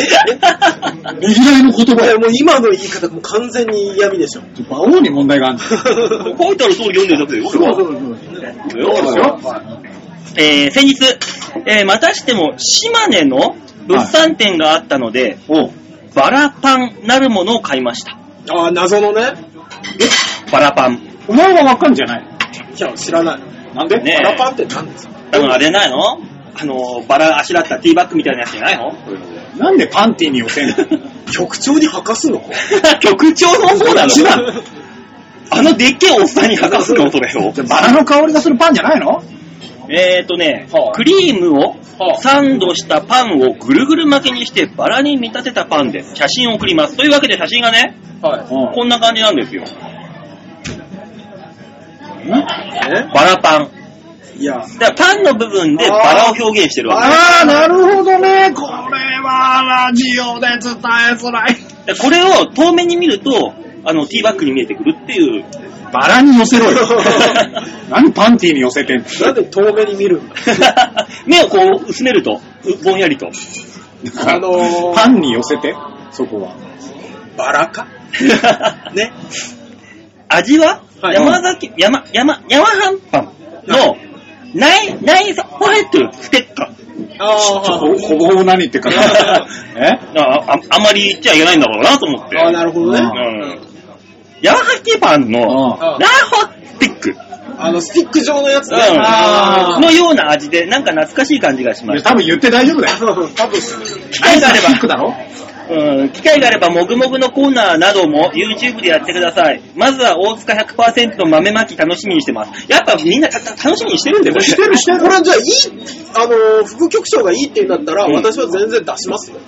S4: ねぎらいの言
S8: い
S4: 葉
S8: や
S4: よ。
S8: もう今の言い方もう完全に嫌味でしょ。
S4: 馬王に問題があるんだよ。
S2: 書いてある通り読んでるだけだよ、俺は
S4: そうですよ。
S2: えー先日、えーまたしても島根の物産展があったので、
S4: おう
S2: バラパンなるものを買いました。
S8: ああ、謎のね。
S2: バラパン。
S4: お前はわかんじゃない
S8: いや、知らない。
S4: なんで
S2: ねえ
S8: パラパンって何ですか
S2: 多分あれないのあのー、バラあしらったティーバッグみたいなやつじゃないの
S4: なんでパンティーに寄せんの
S8: 局長に吐かすの
S2: 局長の方な
S4: 知ら
S2: の
S4: ん
S2: あのでっけえおっさんに剥がすのそれを
S4: じ。ゃあバラの香りがするパンじゃないの
S2: えーとね、
S8: はあ
S2: クリームを
S8: はあ
S2: サンドしたパンをぐるぐる巻きにしてバラに見立てたパンです。写真を送ります。というわけで写真がね、
S8: は
S4: う
S2: こんな感じなんですよ。
S8: い。
S2: バラパン。
S8: えいや、
S2: だからパンの部分でバラを表現してるわけ。
S4: あー、なるほどね。これはラジオで伝えづらい。
S2: でこれを遠目に見ると、あの、ティーバッグに見えてくるって いう。
S4: バラに寄せろ よ。何パンティーに寄せてんの
S8: なんで遠目に見るんだ
S2: 目をこう、薄めると、うぼんやりと。
S8: あのー
S4: パンに寄せて、そこは。
S8: バラか
S2: ね。味は、
S8: はい
S2: 山崎、山、山、山はんパンの、ない、ない、ポケットステッカー。
S8: あ
S4: ちょっとほほぼほぼ何言ってるか。 え
S2: あああんまり言っちゃいけないんだろうなと思って。
S8: あー、なるほどね。
S2: うん。山崎パンの、
S4: あ
S2: ラーホスティック。
S8: あの、スティック状のやつね。
S2: うん。
S8: あ
S2: のような味で、なんか懐かしい感じがしま
S4: あ。
S2: した。
S4: 多分言って大丈夫だよ。
S8: ー多分
S2: 機会があれ
S4: キック
S2: ば、
S4: だろ
S2: うん、機会があれば、もぐもぐのコーナーなども YouTube でやってください。まずは大塚100%の豆まき楽しみにしてます。やっぱみんなたた楽しみにしてるんだよ、これ
S8: し てるしてる。これじゃあ、いい、あのー、副局長がいいって言うんだったら、
S2: うん
S8: 私は全然出しますよ。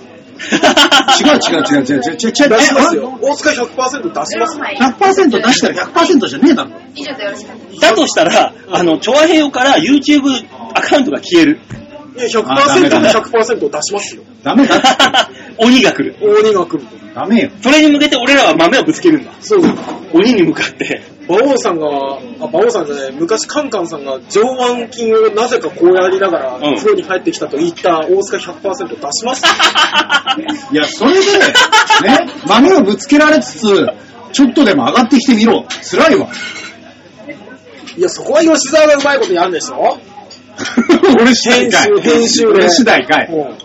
S4: 違う違う違う違う違う違う違う。
S8: 出しますよ。大塚100%出しますよ。
S4: 100%出したら100%じゃねえだろ。
S9: 以上でよろしかったです。
S2: だとしたら、あの、調和平和から YouTube アカウントが消 える。
S8: いや、
S4: あダメ
S8: 100%
S4: ダメ
S8: で100%出しますよ。
S4: ダメだって。
S2: 鬼が来る。
S8: 鬼が来ると。
S4: ダメよ。
S2: それに向けて俺らは豆をぶつけるんだ。
S8: そう。
S2: 鬼に向かって。
S8: 馬王さんが、あ、馬王さんじゃない、昔カンカンさんが上腕筋をなぜかこうやりながら、
S2: うん
S8: 風呂に入ってきたと言った大塚100%出しますよ。
S4: いや、それで、ね、豆をぶつけられつつ、ちょっとでも上がってきてみろ。辛いわ。
S8: いや、そこは吉沢がうまいことやんでしょ
S4: 俺次第
S8: 編
S4: か
S8: 集、
S4: い。
S8: 編集で。
S4: 俺次第かい。
S8: うん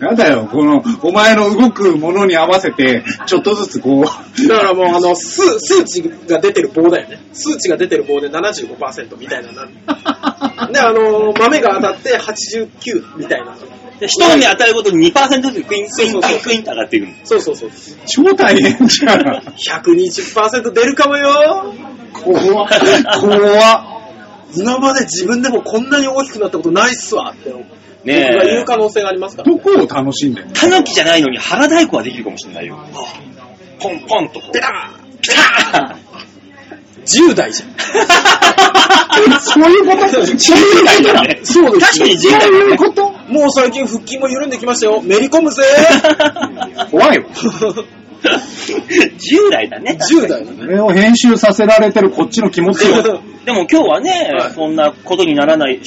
S4: やだよ、この、お前の動くものに合わせて、ちょっとずつこう、
S8: だからもう、あの、数、数値が出てる棒だよね。数値が出てる棒で75%みたいなのなる。で、あの、豆が当たって89みたいな。
S2: で一目当たるごとに2%ずつクインクイン
S8: そう
S2: ク
S8: そう
S2: イン
S8: そう
S2: クインと上がっていくの。
S8: そうそうそう。
S4: 超大変じゃん。
S8: 120%出るかもよ。
S4: 怖っ。怖っ。
S8: 今まで自分でもこんなに大きくなったことないっすわって、
S2: ね
S8: 僕が言
S2: え
S8: う。可能性がありますから、
S4: どこを楽しんでんの
S2: タヌキじゃないのに腹太鼓はできるかもしれないよ。ポンポンとこう。
S8: 出た
S2: ピタッ
S8: 10代じゃん。
S4: そういうこと
S2: 10代だね。
S8: そうで
S2: 確
S8: す
S2: かに10
S4: そう
S2: 代だ
S4: いう
S2: ね。
S4: こと
S8: もう最近腹筋も緩んできましたよ。めり込 むぜ
S4: 怖いわ。
S2: 10代だね。
S8: !10 代だ
S4: そ
S8: ね。
S4: れを編集させられてるこっちの気持ちを。
S2: でも今日はね、
S8: はい
S2: そんなことにならないし。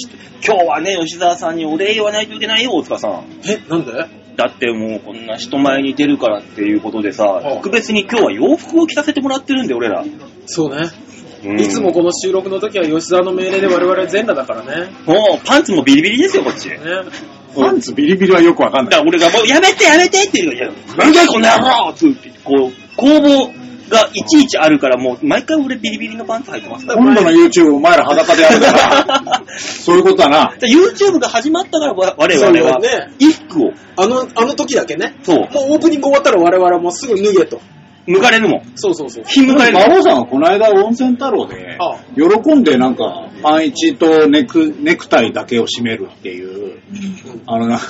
S2: 今日はね、吉沢さんにお礼言わないといけないよ、大塚さん。
S8: え、なんで
S2: だってもうこんな人前に出るからっていうことでさ、
S8: い
S2: 特別に今日は洋服を着させてもらってるんで、俺ら。
S8: そうね。
S2: うん
S8: いつもこの収録の時は吉沢の命令で我々全裸だからね。
S2: もうパンツもビリビリですよ、こっち。だか
S8: ね
S4: パンツビリビリはよくわかんない。
S2: ら俺がもうやめてやめてって言うからいやなんだよこの野郎つって、こう、工房がいちいちあるから、もう毎回俺ビリビリのパンツ履いてますから。
S4: 今度の YouTube お前ら裸でやる から、そういうことだな。
S2: YouTube が始まったから我我
S8: そう
S2: 々
S8: だ
S2: は
S8: ね、
S2: 衣服を、
S8: あの、あの時だけね。
S2: そう、
S8: もうオープニング終わったら我々はもうすぐ脱げと。
S2: 剥かれるもん。
S8: そうそうそう。
S2: ひん剥かれる
S4: 馬王さんはこの間温泉太郎で
S8: ああ、
S4: 喜んでなんか、パンイチとネクネクタイだけを締めるっていう、あのなんか、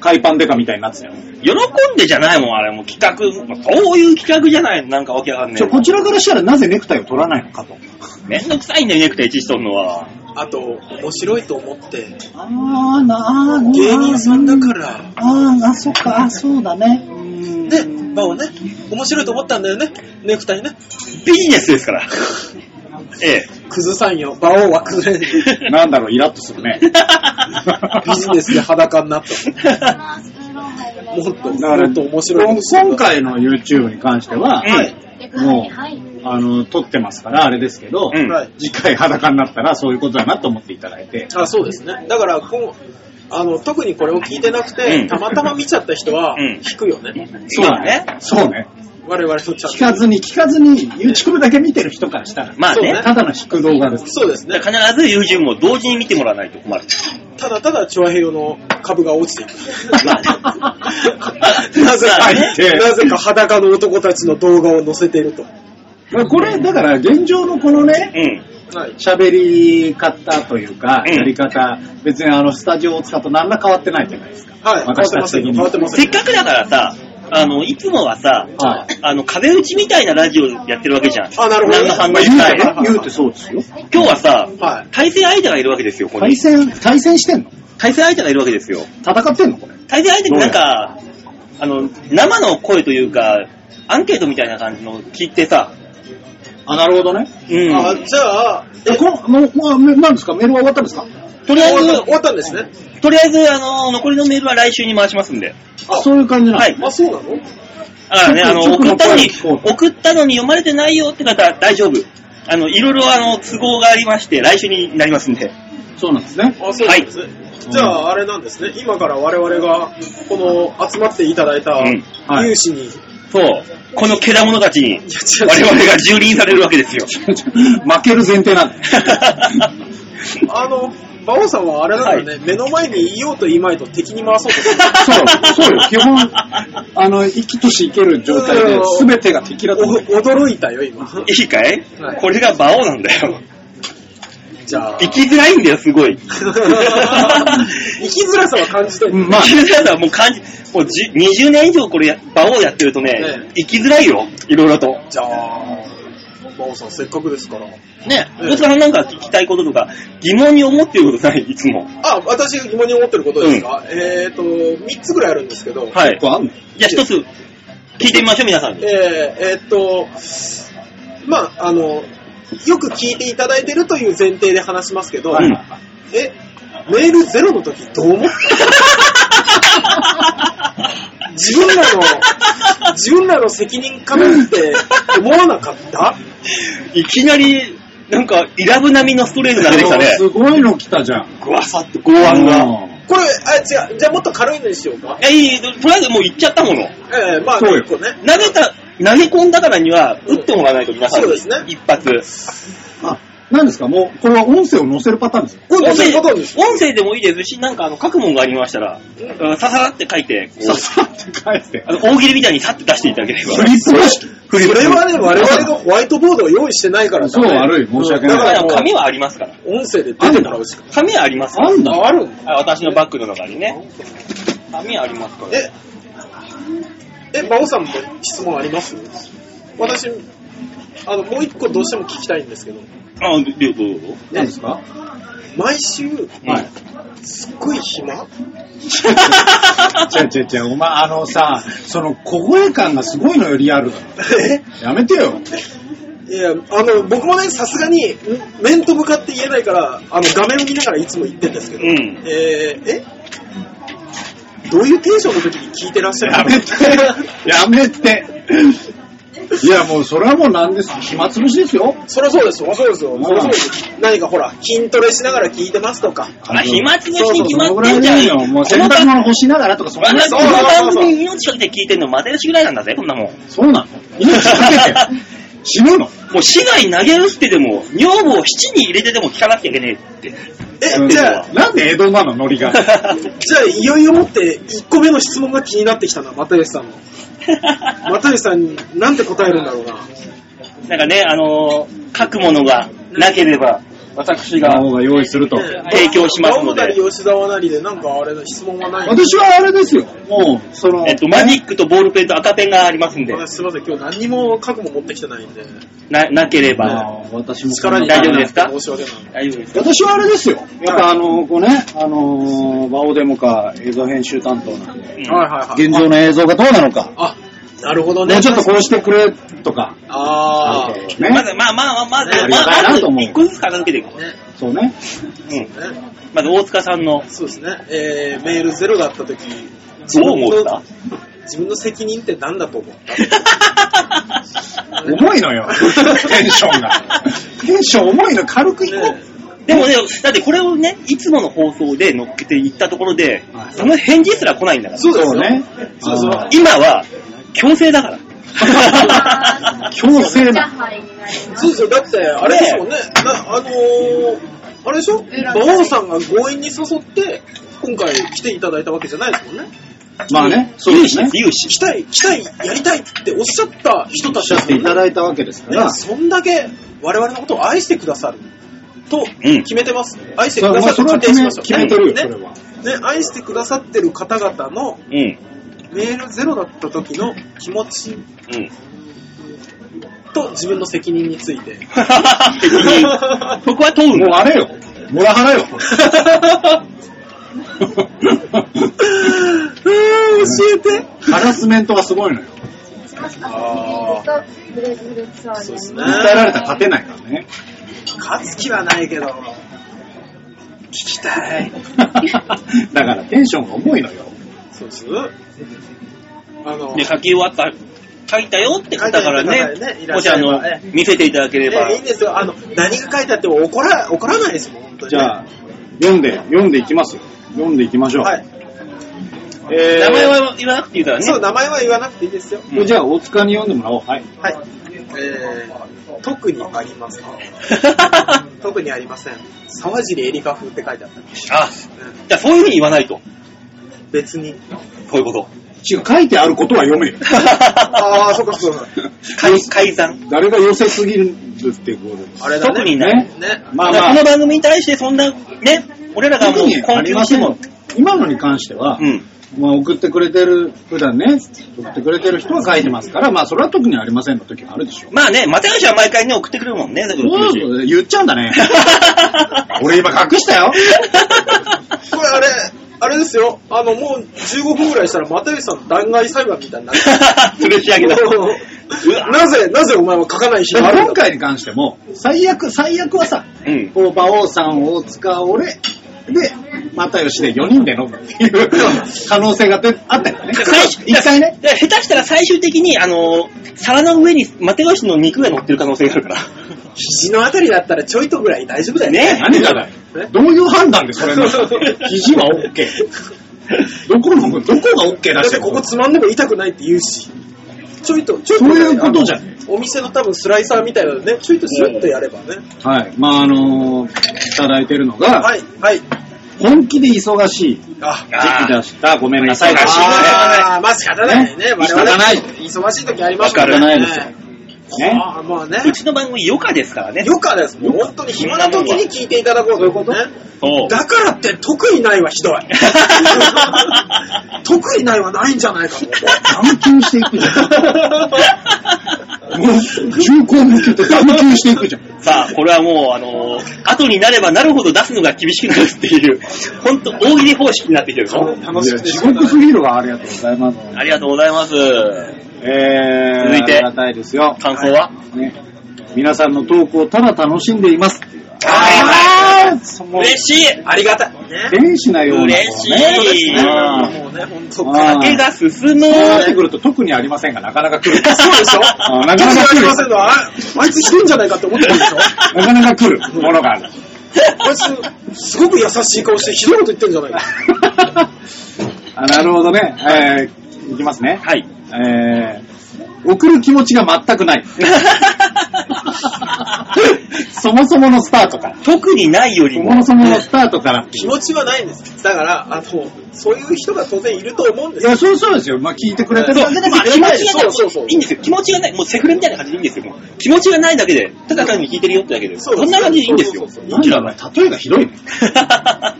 S4: 海パンデカみたいになってたよ。
S2: 喜んでじゃないもん、あれ。もう企画、もうそういう企画じゃないなんかわけわかんね
S4: じゃあこ
S2: え。
S4: ちらからしたらなぜネクタイを取らないのかと。
S2: めんどくさいんだよ、ネクタイチしとんのは。
S8: あと、面白いと思って、
S4: ああ、なあ、
S8: 芸人さんだから、
S4: ああ、そっか、あそうだね。
S8: ね、バオね、面白いと思ったんだよね。ネクタイね。
S2: ビジネスですから。 ええ。
S8: 崩さんよ。馬王は崩れ ない。
S4: なんだろう、イラッとする ね。
S8: ビジネスで裸になった。
S9: マスクロン入りま
S8: も
S9: す
S8: っと、もっと面白いことする
S4: 今回の YouTube に関しては、
S2: う
S9: 役割に入る。
S4: あの、撮ってますから、あれですけど、
S2: ん。うん。
S8: はい。
S4: 次回裸になったらそういうことだなと思っていただいて、
S8: あ、そうですね。だから、こう、あの、特にこれを聞いてなくて、
S2: うん
S8: たまたま見ちゃった人は、
S2: うん
S8: 聞くよね。
S2: そうだね。
S4: そうね。
S8: 我々のチャン
S4: 聞か
S8: ネル。
S4: ずに聞かずに YouTube だけ見てる人からしたら、
S2: まあ
S8: そう
S2: ね
S8: ね。
S4: ただの引く動画です。
S8: そうですね。
S2: 必ず YouTube も同時に見てもらわないと困る。
S8: ただただ、チョアヘヨの株が落ちて いく。
S2: まあね。
S8: なぜ
S2: ま
S8: か、
S2: あ
S4: ね
S8: なぜか裸の男たちの動画を載せていると。
S4: これ、だから現状のこのね、
S2: うん。
S8: はい。
S4: 喋り方というか、
S2: うん
S4: やり方、別にあの、スタジオを使うと何ら変わってないじゃないですか。
S8: はい。変わっ
S4: 私
S8: て
S4: た
S8: ま
S4: ち
S8: せん
S4: 的
S8: よ。
S4: に
S8: 変わってませ
S2: せ
S8: ん
S2: っ
S8: よ。
S2: かくだからさ、あの、いつもはさ、
S4: は
S2: あの、壁打ちみたいなラジオやってるわけじゃん。
S8: あなるほど
S2: 何の反
S4: まあ、
S2: 応も
S4: 言う
S2: な
S4: て
S2: い。
S4: ね、言うてそうですよ。
S2: 今日はさ、
S8: はい。
S2: 対戦相手がいるわけですよ、ここ
S4: 対
S2: に。
S4: 戦、対戦してんの
S2: 対戦相手がいるわけですよ。
S4: 戦ってんのこれ。
S2: 対戦相手になんか、あの、生の声というか、アンケートみたいな感じの聞いてさ、
S4: あ、なるほどね。
S2: うん。
S8: あ、じゃあ、
S4: え、この、もうもう、めなんですかメールは終わったんですか
S2: とりあえ
S8: 終わった
S2: ず、
S8: 終わったんですね。
S2: とりあえず、あの、残りのメールは来週に回しますんで。
S4: あ、そういう感じなの
S2: はい。
S8: あ、そうなの
S2: だからね、あの、
S4: ちょっと
S2: 送ったのに
S4: ちょっと、
S2: 送ったのに読まれてないよって方は大丈夫。あの、いろいろあの、都合がありまして、来週になりますんで。
S4: そうなんですね。
S8: あ、そうなんですね。じゃあ、あれなんですね。今から我々が、この、集まっていただいた
S2: うん
S4: はい
S8: 有志に、
S2: そう。このけだものたちに、
S8: 違う
S2: 我々が蹂躙されるわけですよ。
S4: 負ける前提なんで。
S8: あの、馬王さんはあれなんだね、目の前にいようといまいと敵に回そうとする。
S4: そう、そうよ。基本、あの、生きとし生ける状態で、すべてが敵だと思う。
S8: お驚いたよ、今。
S2: いいかい
S8: はい
S2: これが馬王なんだよ。
S8: じゃあ、
S2: 生きづらいんだよ、すごい。
S8: 生きづらさは感じてる。
S2: まあ、生きづらさはもう感じ、もうじ20年以上これや、馬王やってるとね、
S8: え
S2: 生きづらいよ、いろいろと。
S8: じゃあ、馬王さんせっかくですから。
S2: ね、
S8: ええ
S2: 大塚さんなんか聞きたいこととか、疑問に思ってることない、いつも。
S8: あ、私が疑問に思ってることですか、えーと、3つぐらいあるんですけど、
S2: はい。
S4: あんの
S2: じゃあ一つ、聞いてみましょう、皆さん
S8: え
S2: に
S8: ー。えーと、まあ、あの、よく聞いていただいてるという前提で話しますけど、
S2: うん
S8: え、メールゼロの時どう 思った自分らの、自分らの責任かぶって思わなかった
S2: いきなり、なんか、イラブ並みのストレートが出てきたね。
S4: すごいの来たじゃん。
S2: ぐわさって、剛腕が。
S4: うん
S8: これ、あ、違う、じゃあもっと軽いのにしようか。
S2: いや、いい、とりあえずもう行っちゃったもの。
S8: ええまあ、
S4: そうよ
S8: 結構ね。
S2: 投げた、投げ込んだからには、打ってもらわないと皆さんに。
S8: そうですね
S2: 一発。
S4: あ、なんですかもう、これは音声を載せるパターンですよ。
S8: うん、
S2: 音
S8: そうい
S2: 声
S8: うことです。
S2: 音声でもいいですし、なんかあの書くもんがありましたら、うんささらって書いて、こう
S4: ささって返して。
S2: あの大喜利みたいにさって出していただければ。
S4: フリップ出して。
S8: それはね、我々がホワイトボードを用意してないからだ
S4: そう
S8: ね
S4: 悪い申し訳ない
S8: うんだからもう
S2: 紙はありますから。
S8: 音声で出てもらうしか。
S2: 紙はありますよ
S4: あんだ。
S8: ある
S2: あ私のバッグの中にね。紙ありますから。
S8: え、え、馬王さんも質問あります私、あの、もう一個どうしても聞きたいんですけど、
S2: あ、どうぞどうぞ。
S4: 何ですか
S8: 毎週、
S2: はい。
S8: すっごい暇
S4: ちゃちゃちゃ、お前、あのさ、その小声感がすごいのよ、リアルなの。やめてよ。
S8: いや、あの、僕もね、さすがに、ん面と向かって言えないから、あの、画面を見ながらいつも言ってるんですけど、
S2: うん
S8: えーえどういうテンションの時に聞いてらっしゃ
S4: や
S8: るの
S4: めて。やめて。いや、もう、それはもうなんです。暇つぶしですよ。
S8: そりゃそうですよ、そうですよ、
S4: うん
S8: そりゃそうですよ。何かほら、筋トレしながら聞いてますとか。
S2: あ、暇つぶし
S4: そう
S2: に
S4: そう、
S2: 決
S4: そ
S2: ま
S4: の
S2: っ
S4: ぐら
S2: て
S4: い
S2: んじ
S4: で
S2: ゃ
S4: い
S2: ん
S4: い。よ。もう、
S2: こ
S4: 洗
S2: の
S4: 濯
S2: 番
S4: 物干しながらとか、そんな
S2: こ
S4: そう
S2: の番
S8: そうそうそう
S2: 組命かけて聞いてんのまでるしぐらいなんだぜ、こんなもん。
S4: そうなの。命 かけて。死ぬの。
S2: もう市外に投げ打ってでも、女房を七に入れてでも聞かなきゃいけねえって。
S8: え、じゃあ、
S4: なんで江戸なの、ノリが。
S8: じゃあ、いよいよもって、1個目の質問が気になってきたな、又吉さんの。 又吉さん、なんて答えるんだろうな。
S2: なんかね、あのー書くものがなければ、私が
S4: が用意すると。
S2: 提供しますの
S8: 青なり
S2: で、
S8: 吉沢なりで、なんかあれの質問はないの
S4: 私はあれですよ。もう、その、
S2: えっと、マジックとボールペンと赤ペンがありますんで、
S8: 私すいません、今日何にも過去も持ってきてないんで、
S2: な、なければ、
S4: まあ私も
S8: 力に
S2: 大丈夫ですか
S8: 申し訳ない。
S2: 大丈夫です。
S4: 私はあれですよ。やっぱあの、こうね、あのー、バオデモか映像編集担当なんで、
S2: うん
S8: はいはいはい。
S4: 現状の映像がどうなのか、
S8: あ、なるほどね。
S4: もうちょっとこうしてくれとか、
S8: あー
S4: ね
S2: まず、まあまあまあ、まず、
S4: あ
S2: ま
S8: ね
S4: りがたい
S2: あま
S4: な
S2: ず
S4: と思う
S2: 一個ずつ片付けていこ
S4: そうね。
S2: う。うん。
S8: ね
S2: まず、大塚さんの、
S8: そうですね。えー、メールゼロだった時自
S2: どう
S8: 分
S2: 思った
S8: の自分の責任って何だと思う
S4: 重いの よ、テンションが。テンション重いの、軽くいこう。
S2: でもね、だってこれをね、いつもの放送で乗っけていったところで
S4: は、い
S2: その返事すら来ないんだから。
S8: そうですよ
S4: そうね。
S8: そうそう
S4: あー
S2: 今は、強制だから。
S4: 強 制
S9: 茶
S4: だ。
S9: 杯になりま
S8: そうで
S9: す。
S8: すよ。だって、あれですもんね。なあのー、あれでしょ馬王さんが強引に誘って、今回来ていただいたわけじゃないですもんね。
S4: まあね、そう
S2: 有
S4: です
S2: 志
S4: ね
S2: です、。有志。
S8: 来たい、来たい、やりたいっておっしゃった人
S4: お
S8: た
S4: っ
S8: ち
S4: しゃ
S8: で
S4: っ
S8: すも
S4: て
S8: ん
S4: いただいたわけですから
S8: ね、、そんだけ我々のことを愛してくださると
S2: うん
S8: 決めてます。愛して
S4: そ
S8: く
S4: れ
S8: ださ
S4: は
S8: ると
S4: それは
S8: 仮定
S4: 決
S8: し
S4: め
S8: ましょう。
S4: 決めてるよ、
S8: ね
S4: それは。
S8: ね、愛してくださってる方々の
S2: うん。
S8: メールゼロだった時の気持ち
S2: うん。
S8: と自分の責任につい て。
S2: 責 任。そこは問うん
S4: もう
S2: だ。
S4: あれよ。モラハラよ。
S8: うーん教えて。
S4: ハラスメントがすごいのよ。
S9: そうしますか。ブレイブフルーツサワー
S8: そうです
S9: に
S8: ね
S4: 訴えられたら勝てないから ね。
S8: 勝つ気はないけど、聞きたい。
S4: だからテンションが重いのよ。
S8: そうですあの、
S2: で、書き終わった、書いたよって方から
S8: 書いたよって方
S2: ね
S8: ねい、ら
S2: も
S8: っし
S2: し
S8: ゃ
S2: あ
S8: れば
S2: の
S8: え、
S2: 見せていただければ
S8: え、いいんですよ。あの、何が書いてあっても怒ら、怒らないですもん、本当に。
S4: じゃあ、読んで、読んでいきますよ。読んでいきましょう。
S8: はい。
S4: えー
S2: 名前は言わなくていいからね。
S8: そ う、名前は言わなくていいですよ。
S4: じゃあ、大塚に読んでもらおう。はい。
S8: はい。えー、特にありません。特にありません。沢尻エリカ風って書いてあった。
S2: あ、じゃあそういうふうに言わないと。
S8: 別に。
S2: こういうこと。
S4: 違う、書いてあることは読めよ。
S8: ああ、そうかそうか。
S2: 改改ざん。
S4: 誰が寄せすぎるっていうことです。
S8: あれだね。
S2: 特にない。
S8: ね。
S4: まあ
S2: だから
S4: ま
S2: こ
S4: あ
S2: の、番組に対してそんな、ね、俺らがも
S4: 特
S2: う
S4: にあ
S2: 困
S4: り
S2: 窮
S4: ま
S2: して
S4: せん
S2: も
S4: よ。。 今のに関しては、
S2: うん。
S4: まあ、送ってくれてる、普段ね、送ってくれてる人は書いてますから、まあ、それは特にありませんの時もあるでしょ。
S2: まあね、又吉は毎回ね、送ってくれるもんね、だけど
S4: そうそう言っちゃうんだ ね。 俺今隠したよ。
S8: これあれ、あれですよ。あの、もう15分ぐらいしたら、又吉さん弾劾裁判みたいになる。
S2: 吊るし上げだ。
S8: なぜ、なぜお前は書かない日
S4: でも
S8: があるん
S4: 今
S8: だ
S4: 回に関しても、最悪、最悪はさ、
S2: うん。
S4: こう、馬王さん、大塚、俺、で、又吉で4人で飲むっていう可能性が出あったよね。
S2: 最初
S4: 一回ね。
S2: だから下手したら最終的に、あのー皿の上にマテガシの肉が乗ってる可能性があ るから。
S8: 肘のあたりだったらちょいとぐらい大丈夫だよね。
S2: ね
S4: 何がだよ。どういう判断でそれの 肘は OK。どこの、どこが OK
S8: だ
S4: だ
S8: っ
S4: して
S8: て
S4: るの
S8: ここつまんでも痛くないって言うし。ちょいと、ちょいと
S4: そ
S8: ぐ
S4: う
S8: ら。
S4: いうことじゃね
S8: あのお店の多分スライサーみたいなのね、ちょいとスルッとやればね。
S4: はい。まあ、あのーいただいてるのが、
S8: はい、はい。
S4: 本気で忙しい
S8: あ、
S4: 時期だした。ごめんなさい。
S2: 忙しいね
S8: あーまあ仕方ないね。
S4: ね
S8: 我々
S4: 仕方ない
S8: 忙しい時あります
S4: わかるないでね
S8: ああ、まあね。
S2: うちの番組、余暇ですからね。
S8: よかです。もう本当に暇な時に聞いていただこうということね。
S2: そう。
S8: だからって特にないはひどい。 特にないはないんじゃないかと思って。
S4: 探求していくじゃん。もう、重厚向けて探求してい くじゃん。
S2: さあ、これはもう、あのー後になればなるほど出すのが厳しくなるっていう、ほんと大喜利方式になってきてるから
S4: 楽しいや。地獄すぎるわ、ありがとうございます。
S2: ありがとうございます。
S4: えー、
S2: 続い
S4: あ
S2: て
S4: りがたいですよ。
S2: 感想は、
S4: ね、皆さんのトークをただ楽しんでいますっていう。
S2: あ
S4: あー、もう、
S2: 嬉しい
S8: ありがたい。ね。
S4: 天使なような、
S2: 嬉しい
S4: あー
S8: もうね、本当。
S4: あー
S2: 酒が進む
S4: そうなってくると特にありませんが、なかなか来る。
S8: そうでしょ
S4: あーな
S8: 特
S4: か
S8: に
S4: なか
S8: あ
S4: 来
S8: り
S4: る
S8: ま。せんのは、ああいつひどいんじゃないかって思ってるでしょ
S4: なかなか来るものがある。
S8: あいつ、すごく優しい顔してひどいこと言ってるんじゃないか。
S4: あなるほどね。えー、いきますね。
S2: はい。
S4: えー、送る気持ちが全くない。 そもそものスタートから。
S2: 特にないより
S4: そ
S2: も
S4: も、そものスタートからってい
S8: 気
S4: う。
S8: 持ちはないんです。だから、あの、そういう人が当然いると思うんで
S4: い
S8: すよ。
S4: や、そうそうですよ。まあ、聞いてくれてる
S2: そう、
S4: だけで
S2: ま
S4: も
S2: あ
S4: あり
S2: 気
S4: が
S2: 持
S4: たい
S2: ち
S4: です。
S2: がない、
S8: そうそうそう
S2: いいんですよ。気持ちがない、もうセフレみたいな感じでいいんですよ。もう気持ちがないだけで、ただ単に聞いてるよってだけで。
S8: そう
S2: そ
S8: そうん
S2: な感じでいいんです
S8: そう
S2: よ
S8: そう。そう
S4: なんだろう例えがひどいね。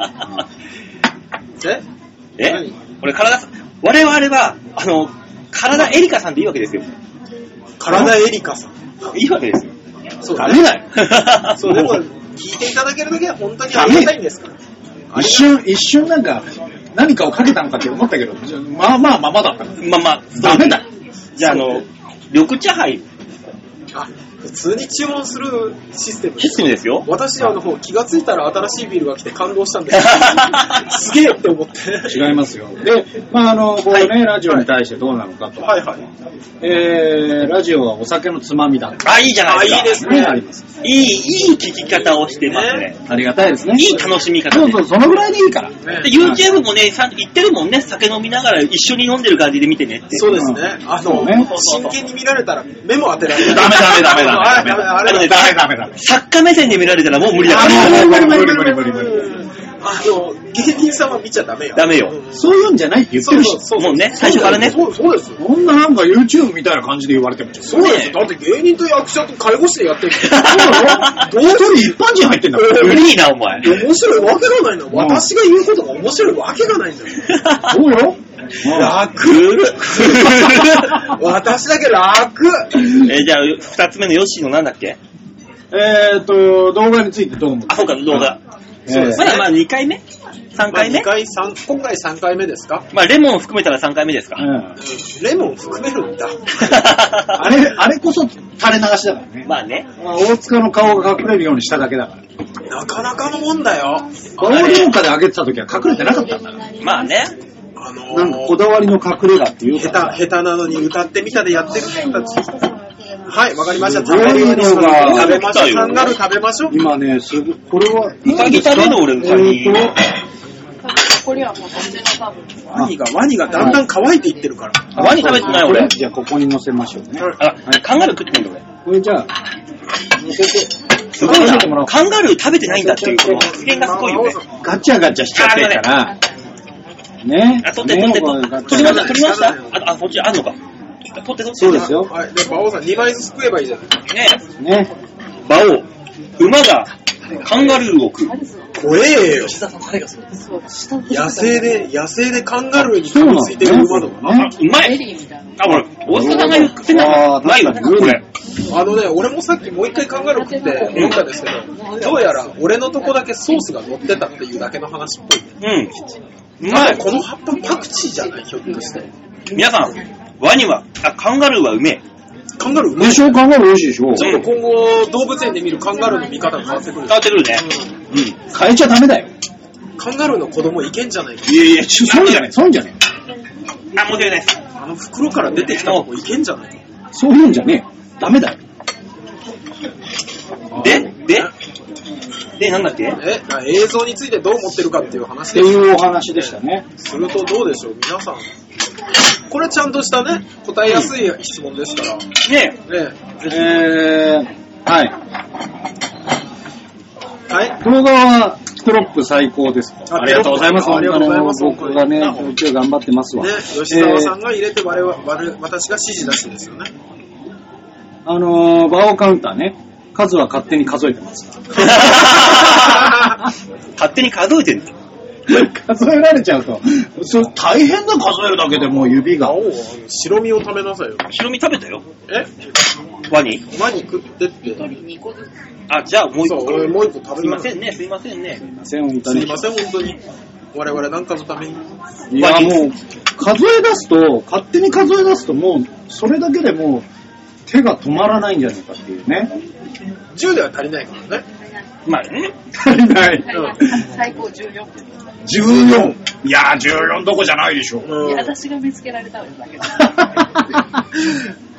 S8: ね
S2: え
S8: 何
S2: これ体さ、我々は、あの、体エリカさんでいいわけですよ。
S8: 体エリカさん。
S2: いいわけですよ。
S8: そう
S4: ダ
S8: ね
S4: メだよ。
S8: そう、でも、
S2: もう
S8: 聞いていただけるだけは本当にありがたいんですから。
S4: 一瞬、一瞬なんか、何かをかけたのかって思ったけど、じゃあまあまあまあまだった。
S2: まあまあ、
S4: ダメだ。
S2: じゃあ、あの、緑茶杯、
S8: あ、普通に注文するシステムで
S2: シ
S8: す
S2: ステムですよ。
S8: 私、あの、気がついたら新しいビールが来て感動したんですすげえって思って。
S4: 違いますよ。で、まあ、あの、これね、ラジオに対してどうなのかと。
S8: はいはい。
S4: えー、ラジオはお酒のつまみだ。
S2: あ、いいじゃない
S8: あいい
S2: で
S8: ですす
S2: か。
S8: ね
S4: あります。
S2: いい、いい聞き方をしてますね。
S4: ありがたいですね。
S2: いい楽しみ方
S4: そう
S2: で。
S4: そう、そのぐらいでいいから。
S2: で YouTube もね、さん言ってるもんね、酒飲みながら一緒に飲んでる感じで見てねって。
S8: そうですね。あ
S4: そう
S8: の、
S4: ね
S8: 真剣に見られたら目も当てられる。
S4: ダメダメダメダメ
S8: あれダメあれ
S2: あのね
S4: ダメダメダメ。
S2: 作家目線で見られたらもう無理だか
S4: あも
S2: ら。
S4: う
S8: 無理無理
S4: 無
S8: 無
S4: 理無
S8: 理無
S4: 理
S8: 理
S4: 無理
S8: 無
S4: 無
S8: 理
S4: 理
S8: 無理。あの、芸人さんは見ちゃダメよ。
S2: ダメよ
S8: うん
S4: そういうんじゃないって言って
S8: そう
S4: るし
S8: そう。そう。
S2: もうね、最初からね。
S8: そうそうですよ。
S4: こんななんか YouTube みたいな感じで言われても ちょっと
S8: そうですよ。だって芸人と役者と介護士でやってるんだよ
S4: どう一人一般人入ってんだから。
S2: 無理な、お前。
S8: 面白いわけがないの。私が言うことが面白いわけがないんだよ。
S4: そうよ。
S8: 楽私だけ楽
S2: え、じゃあ、二つ目のヨッシーのなんだっけ
S4: えーと、動画についてどう思う
S2: あ、そうか、動画。
S4: えー
S2: まだまあ2回目3回目
S8: まあ二回三今回3回目ですか、
S2: まあ、レモンを含めたら3回目ですか。
S8: レモン含めるんだ。
S4: あれ、あれこそ垂れ流しだからね。
S2: まあね。
S4: 大塚の顔が隠れるようにしただけだから。
S8: なかなかのもんだよ。
S4: 大電化で上げてた時は隠れてなかったんだから。
S2: まあね。
S8: あのー
S4: なんかこだわりの隠れ家っていう
S8: 下
S4: か、
S8: 手、下手なのに歌ってみたでやってる人たち。はい、わかりました。
S4: すごいのが
S8: 食べましょう。サンダル食べましょう。
S4: 今ね、すぐ、これは、
S2: ウサギ食べる俺ウサギ
S4: えーと
S6: これはもう私の多分。
S8: ワニが、ワニがだんだん乾いていってるから。
S2: ワニ食べてない
S4: これ
S2: 俺。
S4: じゃあここに乗せましょうね。
S2: あ、カンガルー食ってんだ俺。
S4: これじゃあ、乗せて、
S2: すごい
S4: 食べてもらお
S2: な。
S4: う
S2: カンガルー食べてないんだっていうこの発言がすごいよね。
S4: ガチャガチャしちゃってるから、ね。
S2: あ、取って取っ
S4: ね
S2: て取って。
S4: これガチ
S2: 取り
S4: ャ
S2: ま
S4: ガ
S2: し
S4: チャ
S2: た取りましたあ、あ、こっちあんのか。取って取って。
S4: そうですよ。
S8: はい、で、馬王さん2枚ずつ食えばいいじゃない。
S2: ね
S4: ね。
S2: 馬王、馬がカンガルーを食う。
S8: 怖えよ。
S6: そう、下の
S8: 野生で、野生でカンガルーに
S4: そう
S8: 噛
S4: な
S8: み
S4: の
S8: ついてる馬だもんな。
S2: あ、うま
S6: ベ
S2: い。
S6: リーみたいな。
S2: あ、俺、大塚さんが言って
S4: あ
S2: た
S4: ー
S2: ないわね、これ。
S8: あのね、俺もさっきもう一回カンガルー食って飲んだんですけど、どうやら俺のとこだけソースが乗ってたっていうだけの話っぽい。
S2: うん。うま
S8: まあ、
S2: い。
S8: この葉っぱパクチーじゃないひょっとして。
S2: 皆さん、ワニは、あ、カンガルーはうめえ。
S8: カンガルーうま
S4: で
S8: い
S4: しょ考える美味しいでしょ
S8: ちょっと今後、動物園で見るカンガルーの見方が変わってく
S2: 伝。
S8: る
S2: わってくるね。うん。
S4: 変えちゃダメだよ。
S8: カンガルーの子供いけんじゃないか。
S4: いやいや、そうじゃねえ、そうじゃね
S2: あ、申し訳ないです。
S8: あの袋から出てきた子いけんじゃないか。
S4: え。そういうんじゃねえ。ダメだよ。
S2: で、で、で、なんだっけ
S8: え、あ映像についてどう思ってるかっていう話
S4: って
S8: で
S4: いうお話でしたね。
S8: するとどうでしょう、皆さん。これちゃんとしたね、答えやすい質問ですから。
S2: ね
S8: ね
S4: えー、はい。
S8: えはい。
S4: 動画はクロップ最高です。
S8: あ
S4: ありがとうございます。
S8: ありがとうございます
S4: あの僕がね、
S8: 本当に
S4: 今日頑張ってますわ。
S8: ね、吉沢さんが入れて我々、我々私が指示出してですよね。
S4: えーあのー、バオカウンターね、数は勝手に数えてますか
S2: 勝手に数えてんだ。
S4: ら。 数えられちゃうと、それ大変だ、数えるだけでもう指が。
S8: 青を、あの白身を食べなさいよ。
S2: 白身食べたよ。
S8: え
S2: ワニ。
S8: 馬に食ってって。
S6: 一人二個ずつ。
S2: あ、じゃあもう一
S8: そう、
S2: 個。
S8: 俺もう一個食
S2: すい
S8: べま。
S2: ますせんね、すいませんね。
S4: すいません、本当
S8: すい
S4: に
S8: ま。せん、本当に。我々なんかのために。
S4: いや、もう、数え出すと、勝手に数え出すと、もう、それだけでもう、手が止まらないんじゃないかっていうね。
S8: 10では足りないからね。
S2: まあね。
S4: 足りない。
S6: 最高14分。
S4: 14。いやー、14どこじゃないでしょ。
S6: いや
S8: うん。
S6: 私が見つけられたんだけ ど。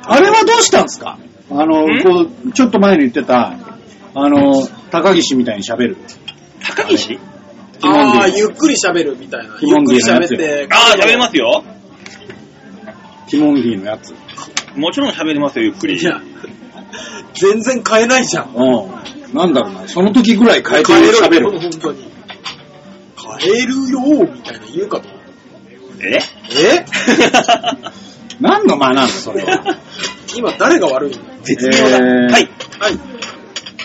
S4: あれはどうしたんですかあの、
S2: ん
S4: こう、ちょっと前に言ってた、あの、高岸みたいに喋る。
S2: 高岸
S4: ティモン
S8: ああ、
S4: ディ
S8: ゆっくり喋るみたいな。
S4: ティ
S8: ゆ
S4: モ
S8: っ
S4: ン
S8: く
S4: デ
S8: り
S4: ィの
S8: 喋
S4: や
S8: っ
S4: つよ
S8: て。
S2: ああ、喋りますよ。
S4: ティモンディのやつ。
S2: もちろん喋りますよ、ゆっくり。
S8: いや、全然変えないじゃん。
S4: うん。なんだろうな、その時ぐらい変えて喋
S8: よ
S4: る。
S8: 本当に。変えるよみたいな言うかと思う。
S2: え
S8: え
S4: 何の間なんだ、それは。
S8: 今誰が悪いの
S2: 絶妙だ。
S4: えー
S2: はい。
S8: はい。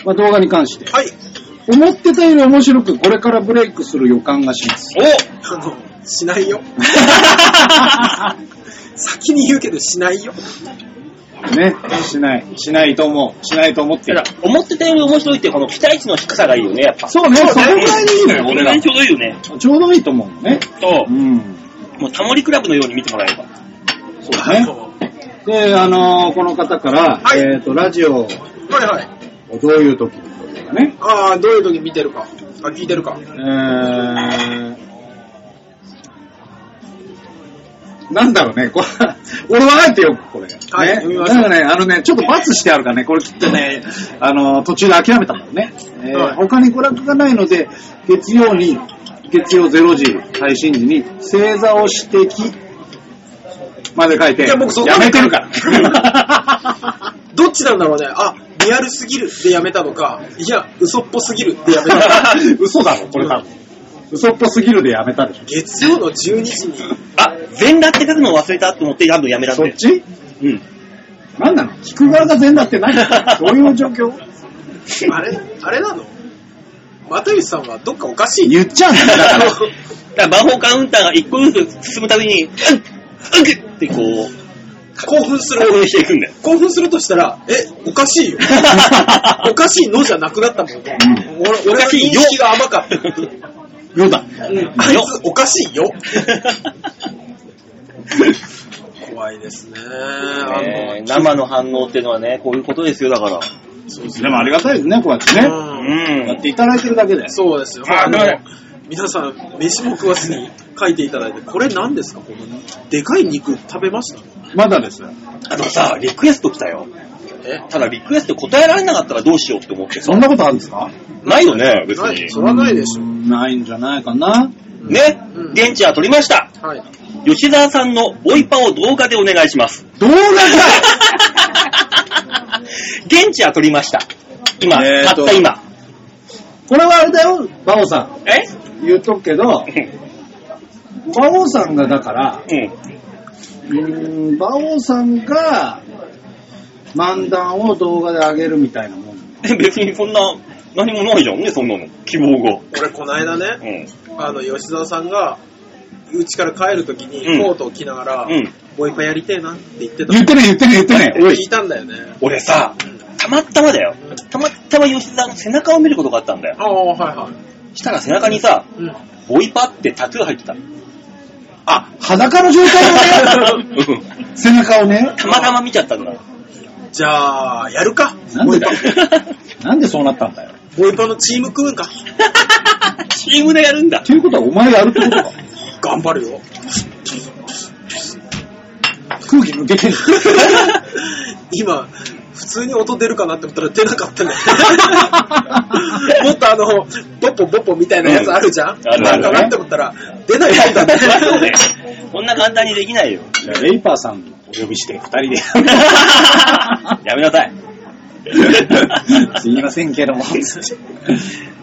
S4: まあ、動画に関して。
S8: はい。
S4: 思ってたより面白く、これからブレイクする予感がし ます。
S2: お
S8: あの、しないよ。先に言うけどしないよ。
S4: ね。しない。しないと思う。しないと思って
S2: だ
S4: る
S2: か。ら、思ってたより面白いって、この期待値の低さがいいよね、やっぱ。
S4: そうね、それぐらいでいいのよ、
S2: こ
S4: 俺
S2: れ
S4: ら
S2: が。ちょうどいいよね。
S4: ちょうどいいと思うのね。
S2: そうう。
S4: ん。
S2: もうタモリクラブのように見てもらえば。
S4: そうだね。で、あのーこの方から、
S8: はい
S4: えっ、と、ラジオを
S8: はいはい。
S4: どういう時にというかね、
S8: ああ、どういう時見てるか。あ、聞いてるか。
S4: えー、なんだろうね、これ、俺はあえてよくこれ。
S8: はい
S4: ね、
S8: 読みま
S4: だ
S8: しょ
S4: か
S8: う
S4: らね、あのね、ちょっと罰してあるからね、これきっとね、あのー途中で諦めたんだろうね。えー
S8: はい
S4: 他に娯楽がないので、月曜に、月曜0時配信時に、正座をしてき、まで書いて、
S8: いや僕そこま
S4: や
S8: で
S4: めてるから。
S8: どっちなんだろうね。あ、リアルすぎるでやめたのか、いや、嘘っぽすぎる でやめたのか。
S4: 嘘だろ、これ多分。嘘っぽすぎるでやめたでしょ。
S8: 月曜の12時に、
S2: あ、全裸って書くの忘れたと思って、多分やめらん
S4: そっ
S2: ね。
S4: ち
S2: うん。
S4: なんなの聞く側が全だって何 どういう状況
S8: あれ、あれなの又吉さんはどっかおかしい。
S4: 言っちゃうんだ
S2: だ
S4: よ
S2: か
S4: だか
S2: ら
S4: ら。
S2: だから魔法カウンターが一個ずつ進むたびに、うん、うんってこう、
S8: 興奮する。
S2: 興奮していくんだよ。
S8: 興奮するとしたら、え、おかしいよ。おかしいのじゃなくなったもん。俺、俺の認識が甘かった。
S2: よだ。
S8: あい
S2: よ。
S8: つおかしいよ。怖いですね。あの
S2: ね生の反応っていうのはね、こういうことですよ、だから。
S4: でもありがたいですね、こうやってね。
S8: うん
S2: う
S4: やっていただいてるだけで。
S8: そうですよ。
S2: あ
S8: あの
S2: だから
S8: 皆さん、飯も食わずに書いていただいて、これ何ですかこの、でかい肉食べました
S4: まだです。
S2: あとさ、リクエスト来たよ。
S8: え
S2: ただリクエスト答えられなかったらどうしようって思って
S4: そんなことあるんですか
S2: ないよね、別
S8: ない、
S2: に。
S8: そらないでしょ。
S4: ないんじゃないかな。
S2: ね
S8: う、ん
S2: 現地は取りました。
S8: はい。
S2: 吉沢さんのボイパを動画でお願いします。
S4: 動画
S2: 現地は取りました。今、
S4: え
S2: た
S4: ー
S2: っ
S4: と
S2: た今。
S10: これはあれだよ、バオさ
S2: え
S10: ん。言うとくけど、バオさんがだから、
S2: うん。
S10: うーん、バオさんが漫談を動画で上げるみたいなもん。
S2: え別にそんな、何もないじゃんね、そんなの。希望が。
S8: 俺、この間
S2: うん。
S8: ね、あの、吉沢さんが、うちから帰るときに
S2: うん
S8: コートを着ながら、
S2: うん
S8: もう一回やりてえなって言ってた。
S4: 言ってね、言ってね、言ってね。
S8: 聞いたんだよね。
S2: 俺さ、たまたまだよ。たまたま吉沢の背中を見ることがあったんだよ。
S8: ああ、はいはい。
S2: したら背中にさ、
S8: うん。
S2: ボイパってタトゥー入ってた。
S4: あ、裸の状態を ね、
S2: うん
S4: 背中をね。
S2: たまたま見ちゃったんだ。
S8: じゃあ、やるか。
S10: なんでだよ。なんでそうなったんだよ。
S8: ボイパのチーム食うんか。
S2: チームでやるんだ。
S4: ということは、お前やるってことか。
S8: 頑 張るよ。
S4: 空気抜けてる。
S8: 今、普通に音出るかなって思ったら出なか ったね。もっとあの、ボッポボッポみたいなやつあるじゃん、
S2: うんあるあ
S8: な
S2: る
S8: んかなって思ったら、出ないもんだね。
S2: そうね。こんな簡単にできないよ。
S10: じゃあレイパーさんお呼びして、二人で。
S2: やめなさい。
S10: すいませんけ ども。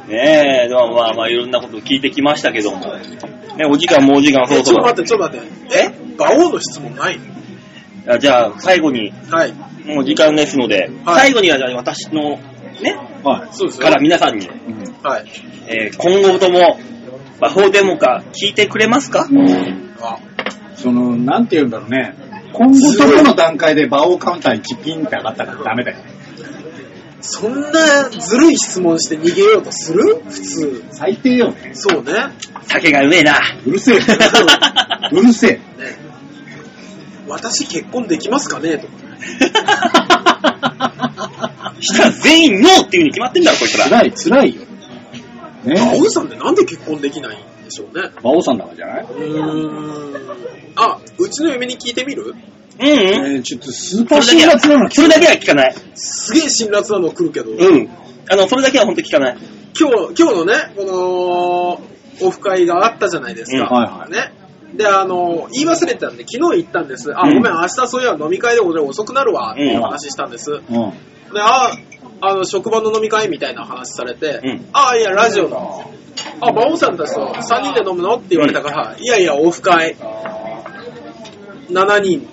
S2: ねえ、でもまあまあいろんなこと聞いてきましたけども。ね、お時間もうお時間そ
S8: え
S2: ろ
S8: ち
S2: そ
S8: ょっ
S2: ろ
S8: と待。って、ちょっと待って。え馬王の質問ないの
S2: あじゃあ最後に、
S8: はい。
S2: もう時間ですので、
S8: はい
S2: 最後にはじゃあ私の、ね、
S10: はい。
S8: そうですよ
S2: か。ら皆さんに、
S8: はい。
S2: えー今後とも、魔法デモか聞いてくれますか
S8: あ
S10: その、なんて言うんだろうね。今後ともの段階で馬王カウンターにキピンって上がったからダメだよ。
S8: そんなずるい質問して逃げようとする普通。
S10: 最低よね。
S8: そうね。
S2: 酒がうめえ な。
S10: うるせえ。うるせえ。
S8: 私結婚できますかねとか。
S2: したら全員ノーっていうに決まってんだろ、こいつら。
S10: 辛い、辛いよ。
S8: 馬
S10: ね
S8: 王さんってなんで結婚できないんでしょうね。
S10: 馬王さんだからじゃないう
S8: ーん。あ、うちの嫁に聞いてみ
S2: う
S8: る
S2: んうん。
S10: えー、ちょっとスーパー
S2: それ
S10: 辛
S2: だ
S10: 辣
S2: け
S10: なの
S2: は、それだけは聞かない。
S8: すげえ辛辣なの来るけど。
S2: うん。あの、それだけは本当に聞かない。
S8: 今日、今日のね、この、オフ会があったじゃないです
S10: う
S8: か。
S10: んはいはい
S8: ね。で、あの、言い忘れてたんで、昨日行ったんです。あ、
S2: うん
S8: ごめん、明日そういえば飲み会で俺遅くなるわ、っていう話したんです。で、
S10: うん。
S8: あ、あの、職場の飲み会みたいな話されて、
S2: うん
S8: あ、いや、ラジオの。あ、馬王さんたちと3人で飲むのって言われたから、いやいや、オフ会。7人っ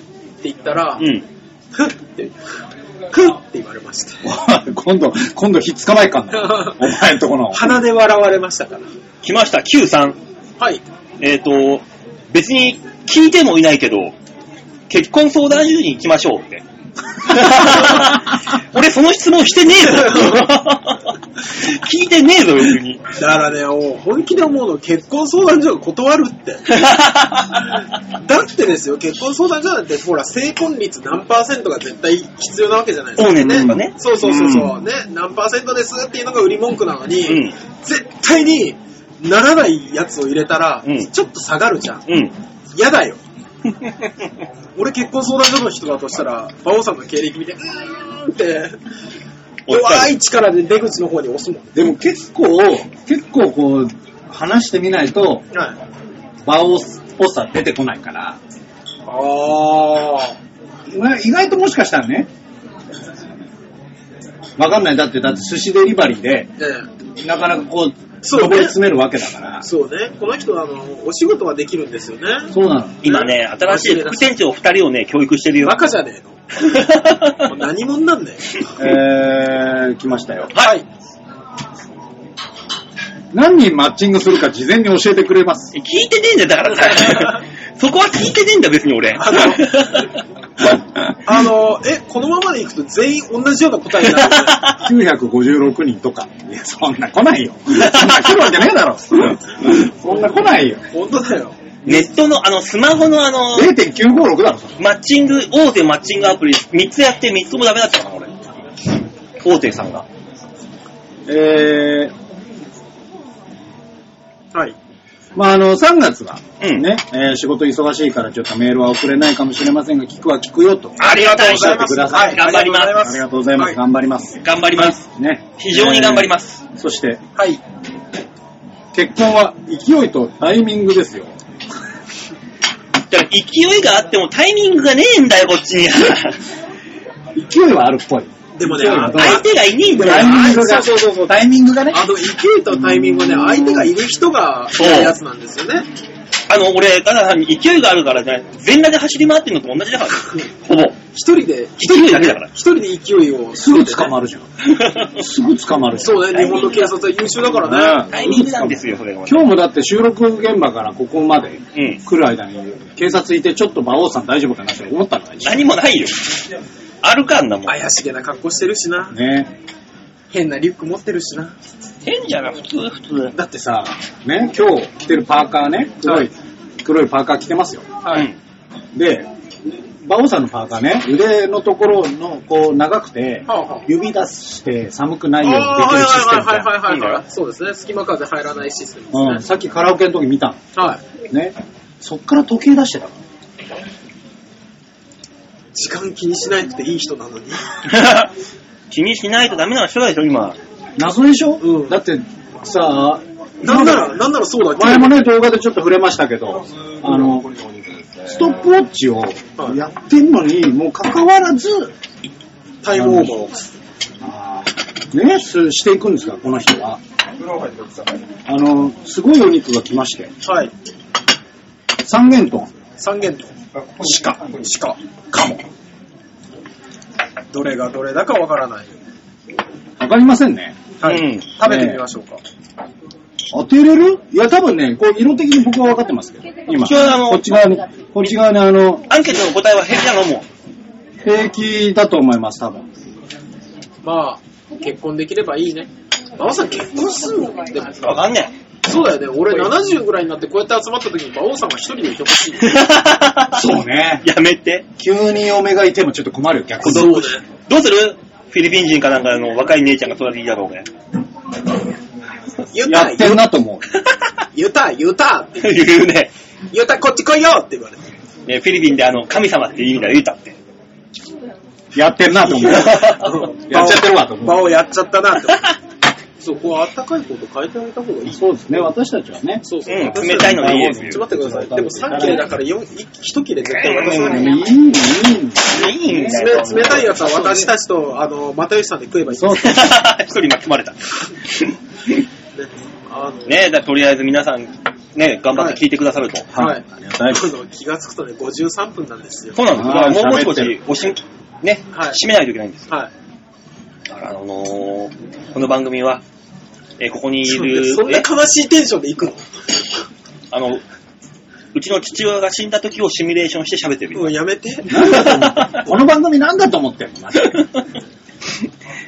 S8: て言ったら、
S2: うん。
S8: ふっって、ふっって言われました。
S10: おい 今度、今度、ひっつかまえっかんな。お前んとこの。
S8: 鼻で笑われましたから。
S2: 来ました、Q3。
S8: はい。
S2: えっ、と、別に聞いてもいないけど、結婚相談所に行きましょうっ て。俺その質問してねえ ぞ聞いてねえぞ別に。
S8: だからね、もう本気で思うの、結婚相談所が断る って。 だってですよ、結婚相談所なんて、ほら、成婚率何パーセントが絶対必要なわけじゃないで
S2: 往
S8: すか。
S2: 年とかね
S8: そうそうそうそう、ね、何パーセントですっていうのが売り文句なのに、
S2: うん
S8: 絶対にならないやつを入れたら、
S2: うん
S8: ちょっと下がるじゃん。
S2: うん。
S8: 嫌だよ。俺結婚相談所の人だとしたら、馬王さんの経歴見て、うーんって、
S2: 押した
S8: 弱
S2: い
S8: い力で出口の方に押すもん。
S10: でも結構、結構こう、話してみないと、
S8: はい
S10: 馬王っぽさ出てこないから。
S8: ああ。
S10: まあ意外ともしかしたらね、わかんない。だって、だって寿司デリバリーで、
S8: え
S10: なかなかこう、
S8: そうね
S10: 上り詰めるわけだから
S8: え。。そうね。この人、あの、お仕事はできるんですよね。
S10: そうなの。
S2: 今ね、新しい副店長二人をね、教育してるよ。
S8: バカじゃねえ の。もう何者なんだよ。
S10: えー、来ましたよ。
S8: はい。
S4: 何人マッチングするか事前に教えて くれます。
S2: 聞いてねえんだよ、だから。そこは聞いてねえんだ、別に俺。
S8: あの、あの、え、このままでいくと全員同じような答えになる。
S4: 956人とか。いや、そんな来ないよ。そんな来るわけねえだろ。そんな来な いよ。
S8: 本当だよ。
S2: ネットの、あの、スマホのあの、
S4: 0.956だろ、それ
S2: マッチング、大手マッチングアプリ3つやって3つもダメだったかな、俺。大手さんが。
S4: えー、
S8: はい。
S4: まあ、あの、3月は、
S2: うん
S4: ね、えー仕事忙しいからちょっとメールは送れないかもしれませんが、聞くは聞くよと。
S2: ありがとうござい
S4: おっしゃって
S2: ま
S4: く
S2: す。
S4: ださい
S2: 頑張りま
S8: ありがとうござ
S2: す。
S8: いす
S4: ありがとうございます。
S8: はい
S4: 頑張ります。
S2: 頑張ります。
S4: ね。
S2: 非常に頑張ります。
S4: えー。そして、
S8: はい。
S4: 結婚は勢いとタイミングですよ。
S2: だから勢いがあってもタイミングがねえんだよ、こっち に。相
S4: 勢いはあるっぽい。
S8: でもね、
S4: そうだ
S8: あの、
S2: 手がいねえんだ
S4: タイ
S2: よ。
S4: ミングが、
S8: そうそうそう
S4: タイミングがね。
S8: あの、勢いとタイミングはね、相手がいる人が
S2: そう
S8: やるやつなんですよね。
S2: あの、俺、ただ単に勢いがあるからね、全裸で走り回ってんのと同じだから、ほぼ。
S8: 一人で、
S2: 一人だけだ から。
S8: 一人で勢いを、
S4: すぐ捕まるじゃん。すぐ捕まるじゃん。
S8: そうね、日本の警察は優秀だからね。
S4: ね
S2: タイミングなんですよ、それが。
S4: 今日もだって収録現場からここまで
S2: うん。
S4: 来る間に、警察いてちょっと馬王さん大丈夫かなって思ったのが一緒
S2: 何もないよ。あるかんなもん。
S8: 怪しげな格好してるしな。
S4: ね。
S8: 変なリュック持ってるしな。
S2: 変じゃな、普通、普通。
S4: だってさ、ね、今日着てるパーカーね、黒
S8: はいい、
S4: 黒いパーカー着てますよ。
S2: はい。
S4: で、馬王さんのパーカーね、腕のところの、こう、長くて、
S8: はあはあ
S4: 指出して寒くな
S8: あ
S4: いようにできるシステムじ
S8: はいは
S4: ゃ
S8: いはいはいはい
S2: いい
S8: は
S2: ん
S8: い。そうですね、隙間風入らないシステム
S4: ん。う
S8: で
S4: ん、
S8: すね。
S4: さっきカラオケの時見た
S8: はい。
S4: の。ね。そっから時計出してたから。
S8: 時間気にしないっていい人 なのに。
S2: 気にしないとダメな人だでしょ、今。
S4: 謎でしょ、
S8: うん
S4: だって、さあ、
S8: なんなら、なんならそうだっけ
S4: 前もね、動画でちょっと触れましたけど、あの、ストップウォッチをやってんのに、もう関わらず、
S8: タイムオーバーを。
S4: あーね、すしていくんですか、この人は。あの、すごいお肉が来まして、
S8: はい。
S4: 三元豚、
S8: 三元と。
S4: 鹿、
S8: 鹿。
S4: カモ。
S8: どれがどれだかわからない。
S4: わかりませんね。
S8: はい。
S2: うん
S8: 食べてみましょうか。
S4: 当てれるいや、多分ね、こう、色的に僕は分かってますけど、今、
S2: 一応あの
S4: こっち側に、こっち側にあの、
S2: アンケートの答えは平気なのもう。
S4: 平気だと思います、多分。
S8: まあ、結婚できればいいね。馬王さん結婚するのでも
S2: わかんね
S8: そうだよね。俺70ぐらいになってこうやって集まった時に馬王さんが一人でいて ほしい。
S2: え。
S4: そうね。
S2: やめて。
S4: 急に嫁がいてもちょっと困るよ、逆に。
S8: そうね。
S2: どうするフィリピン人かなんかの若い姉ちゃんが隣にいたろうが。
S8: 言っ
S4: や
S8: た、
S4: ってんなと思う。
S8: 言った、言ったって、
S2: 言うね。
S8: 言った、こっち来いよって言われて。
S2: ね、フィリピンであの、神様っていう意味だよ、言うたって。
S4: やってんなと思う。やっちゃってるわと
S8: 馬
S4: 思う。
S8: 王やっちゃったなって。そう、こう、あったかいこと変えてあげた方がいい。
S4: そうですね、私たちはね。
S8: そうそう。
S2: うん冷たいのでいいですよ
S8: ちょっと待ってください。でも3切れだから4、1切れ絶対渡さ
S4: う
S8: ない
S4: ん
S8: と。
S4: いい、いい。
S2: いいんだよ。
S8: 冷冷たいやつは私たちと、あの、又吉さんで食えばいい。
S4: そうそう。
S2: 一人巻き込まれた。
S8: あの、
S2: ねえ、だとりあえず皆さん、ね、頑張って聞いてくださると。
S8: はい。
S4: ありがたい。
S8: あの気がつくとね、53分なんですよ。
S2: そうなんです。だからもう
S4: あー
S2: もう少
S4: 喋って
S2: し、おし、ね、
S8: はい
S2: 締めないといけないんです。
S8: はい。
S2: だから、あのー、この番組は、えーここにいる、
S8: そんな
S2: え
S8: 悲しいテンションで行くの
S2: あの、うちの父親が死んだ時をシミュレーションして喋ってる。
S8: うん、やめて。
S4: この番組なんだと思ってんのマジで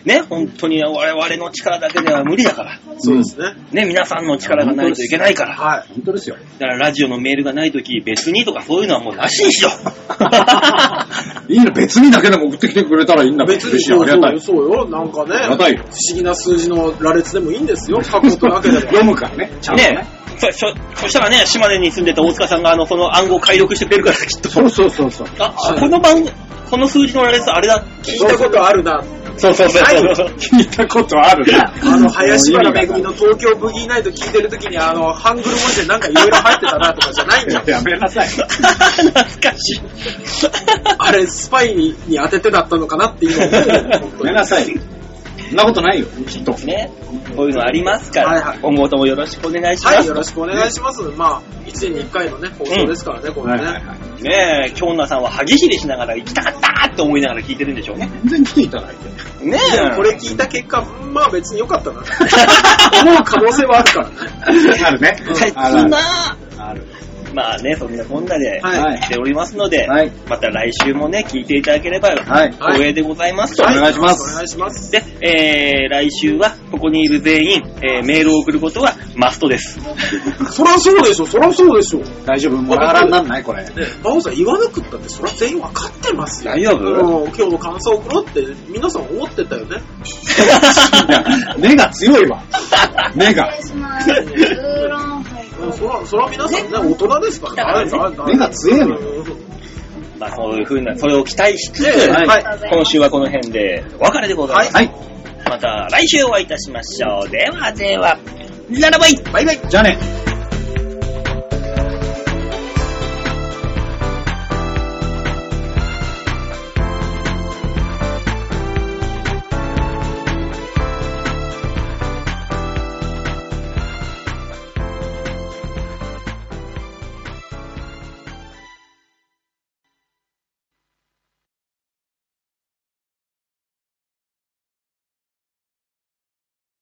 S2: ね、本当に我々の力だけでは無理だから。
S8: そうですね。
S2: ね、皆さんの力がないといけないから。
S8: はい。
S4: 本当ですよ。
S2: だからラジオのメールがない時、別にとかそういうのはもうなしにしよ う。
S4: いいの、別にだけでも送ってきてくれたらいいんだ
S8: 別に
S4: あ
S8: そう
S4: りがたい
S8: よ、。そうよ。なんかね、
S4: りがたいよ
S8: 不思議な数字の羅列でもいいんです よ。書くことだけでも。
S4: 読むからね、 ちゃんと
S2: ね
S4: ね。
S2: そそそしたらね、島根に住んでた大塚さんがあの、その暗号を解読してくれるから、きっと。
S4: そうそうそうそう。
S2: あ、この番、この数字の羅列、あれだ。
S8: 聞いたことあるな。
S2: そうそうそうそう。
S4: 聞いたことあ るな。
S8: あの、林原めぐみの東京ブギーナイト聞いてるときに、あの、ハングル文字でなんかいろいろ入ってたなとかじゃないん だよ。
S4: やめなさい。
S2: 懐かしい。
S8: あれ、スパイに当ててだったのかなっていうのを
S4: ごめんなさい。そんなことないよ、きっと。
S2: ね、こういうのありますから、
S8: はいはい
S2: 今後ともよろしくお願いします。
S8: はい、よろしくお願いします。まあ、1年に1回のね、放送ですからね、これね。
S4: い。
S2: ねえ、京奈さんは歯ぎしりしながら行きたかったって思いながら聞いてるんでしょうね。
S4: 全然来ていただいて。
S2: ね
S8: でも
S2: え。
S8: これ 聞いた結果、まあ別に良か ったな。思う可能性はあるからね。
S4: あるね。
S2: 切
S4: ある
S2: な
S4: ある。
S2: まあね、そんなこんなで、
S8: はい
S4: はい
S2: 来ておりますので、
S4: はい
S2: また来週もね、聞いていただければ、
S4: はい
S2: 光栄でございますと。
S4: お願いします
S8: お願いします。
S2: で、えー、来週は、ここにいる全員、えー、メールを送ることはマス トです。
S8: そらそうでしょ、そらそうでしょ。ね
S4: 大丈夫モラハラになんないこれ。
S8: 馬王さん言わなくったって、そら全員わかってますよ。
S2: 大丈夫
S8: うん今日の感想を送ろうって、皆さん思ってたよね。
S4: いや 目が強いわ。目が。
S9: 失礼します。ウーロンハイ
S8: うんそら、そら皆さんね、大人ですからね。
S4: 目が強えの
S8: よ。
S2: まあ、そういうふうな、それを期待しつつ、
S8: ねはい。
S2: 今週はこの辺でお別れでございます。
S4: はい。
S2: また来週お会いいたしましょう。ではでは、ララバイ
S4: じゃあね。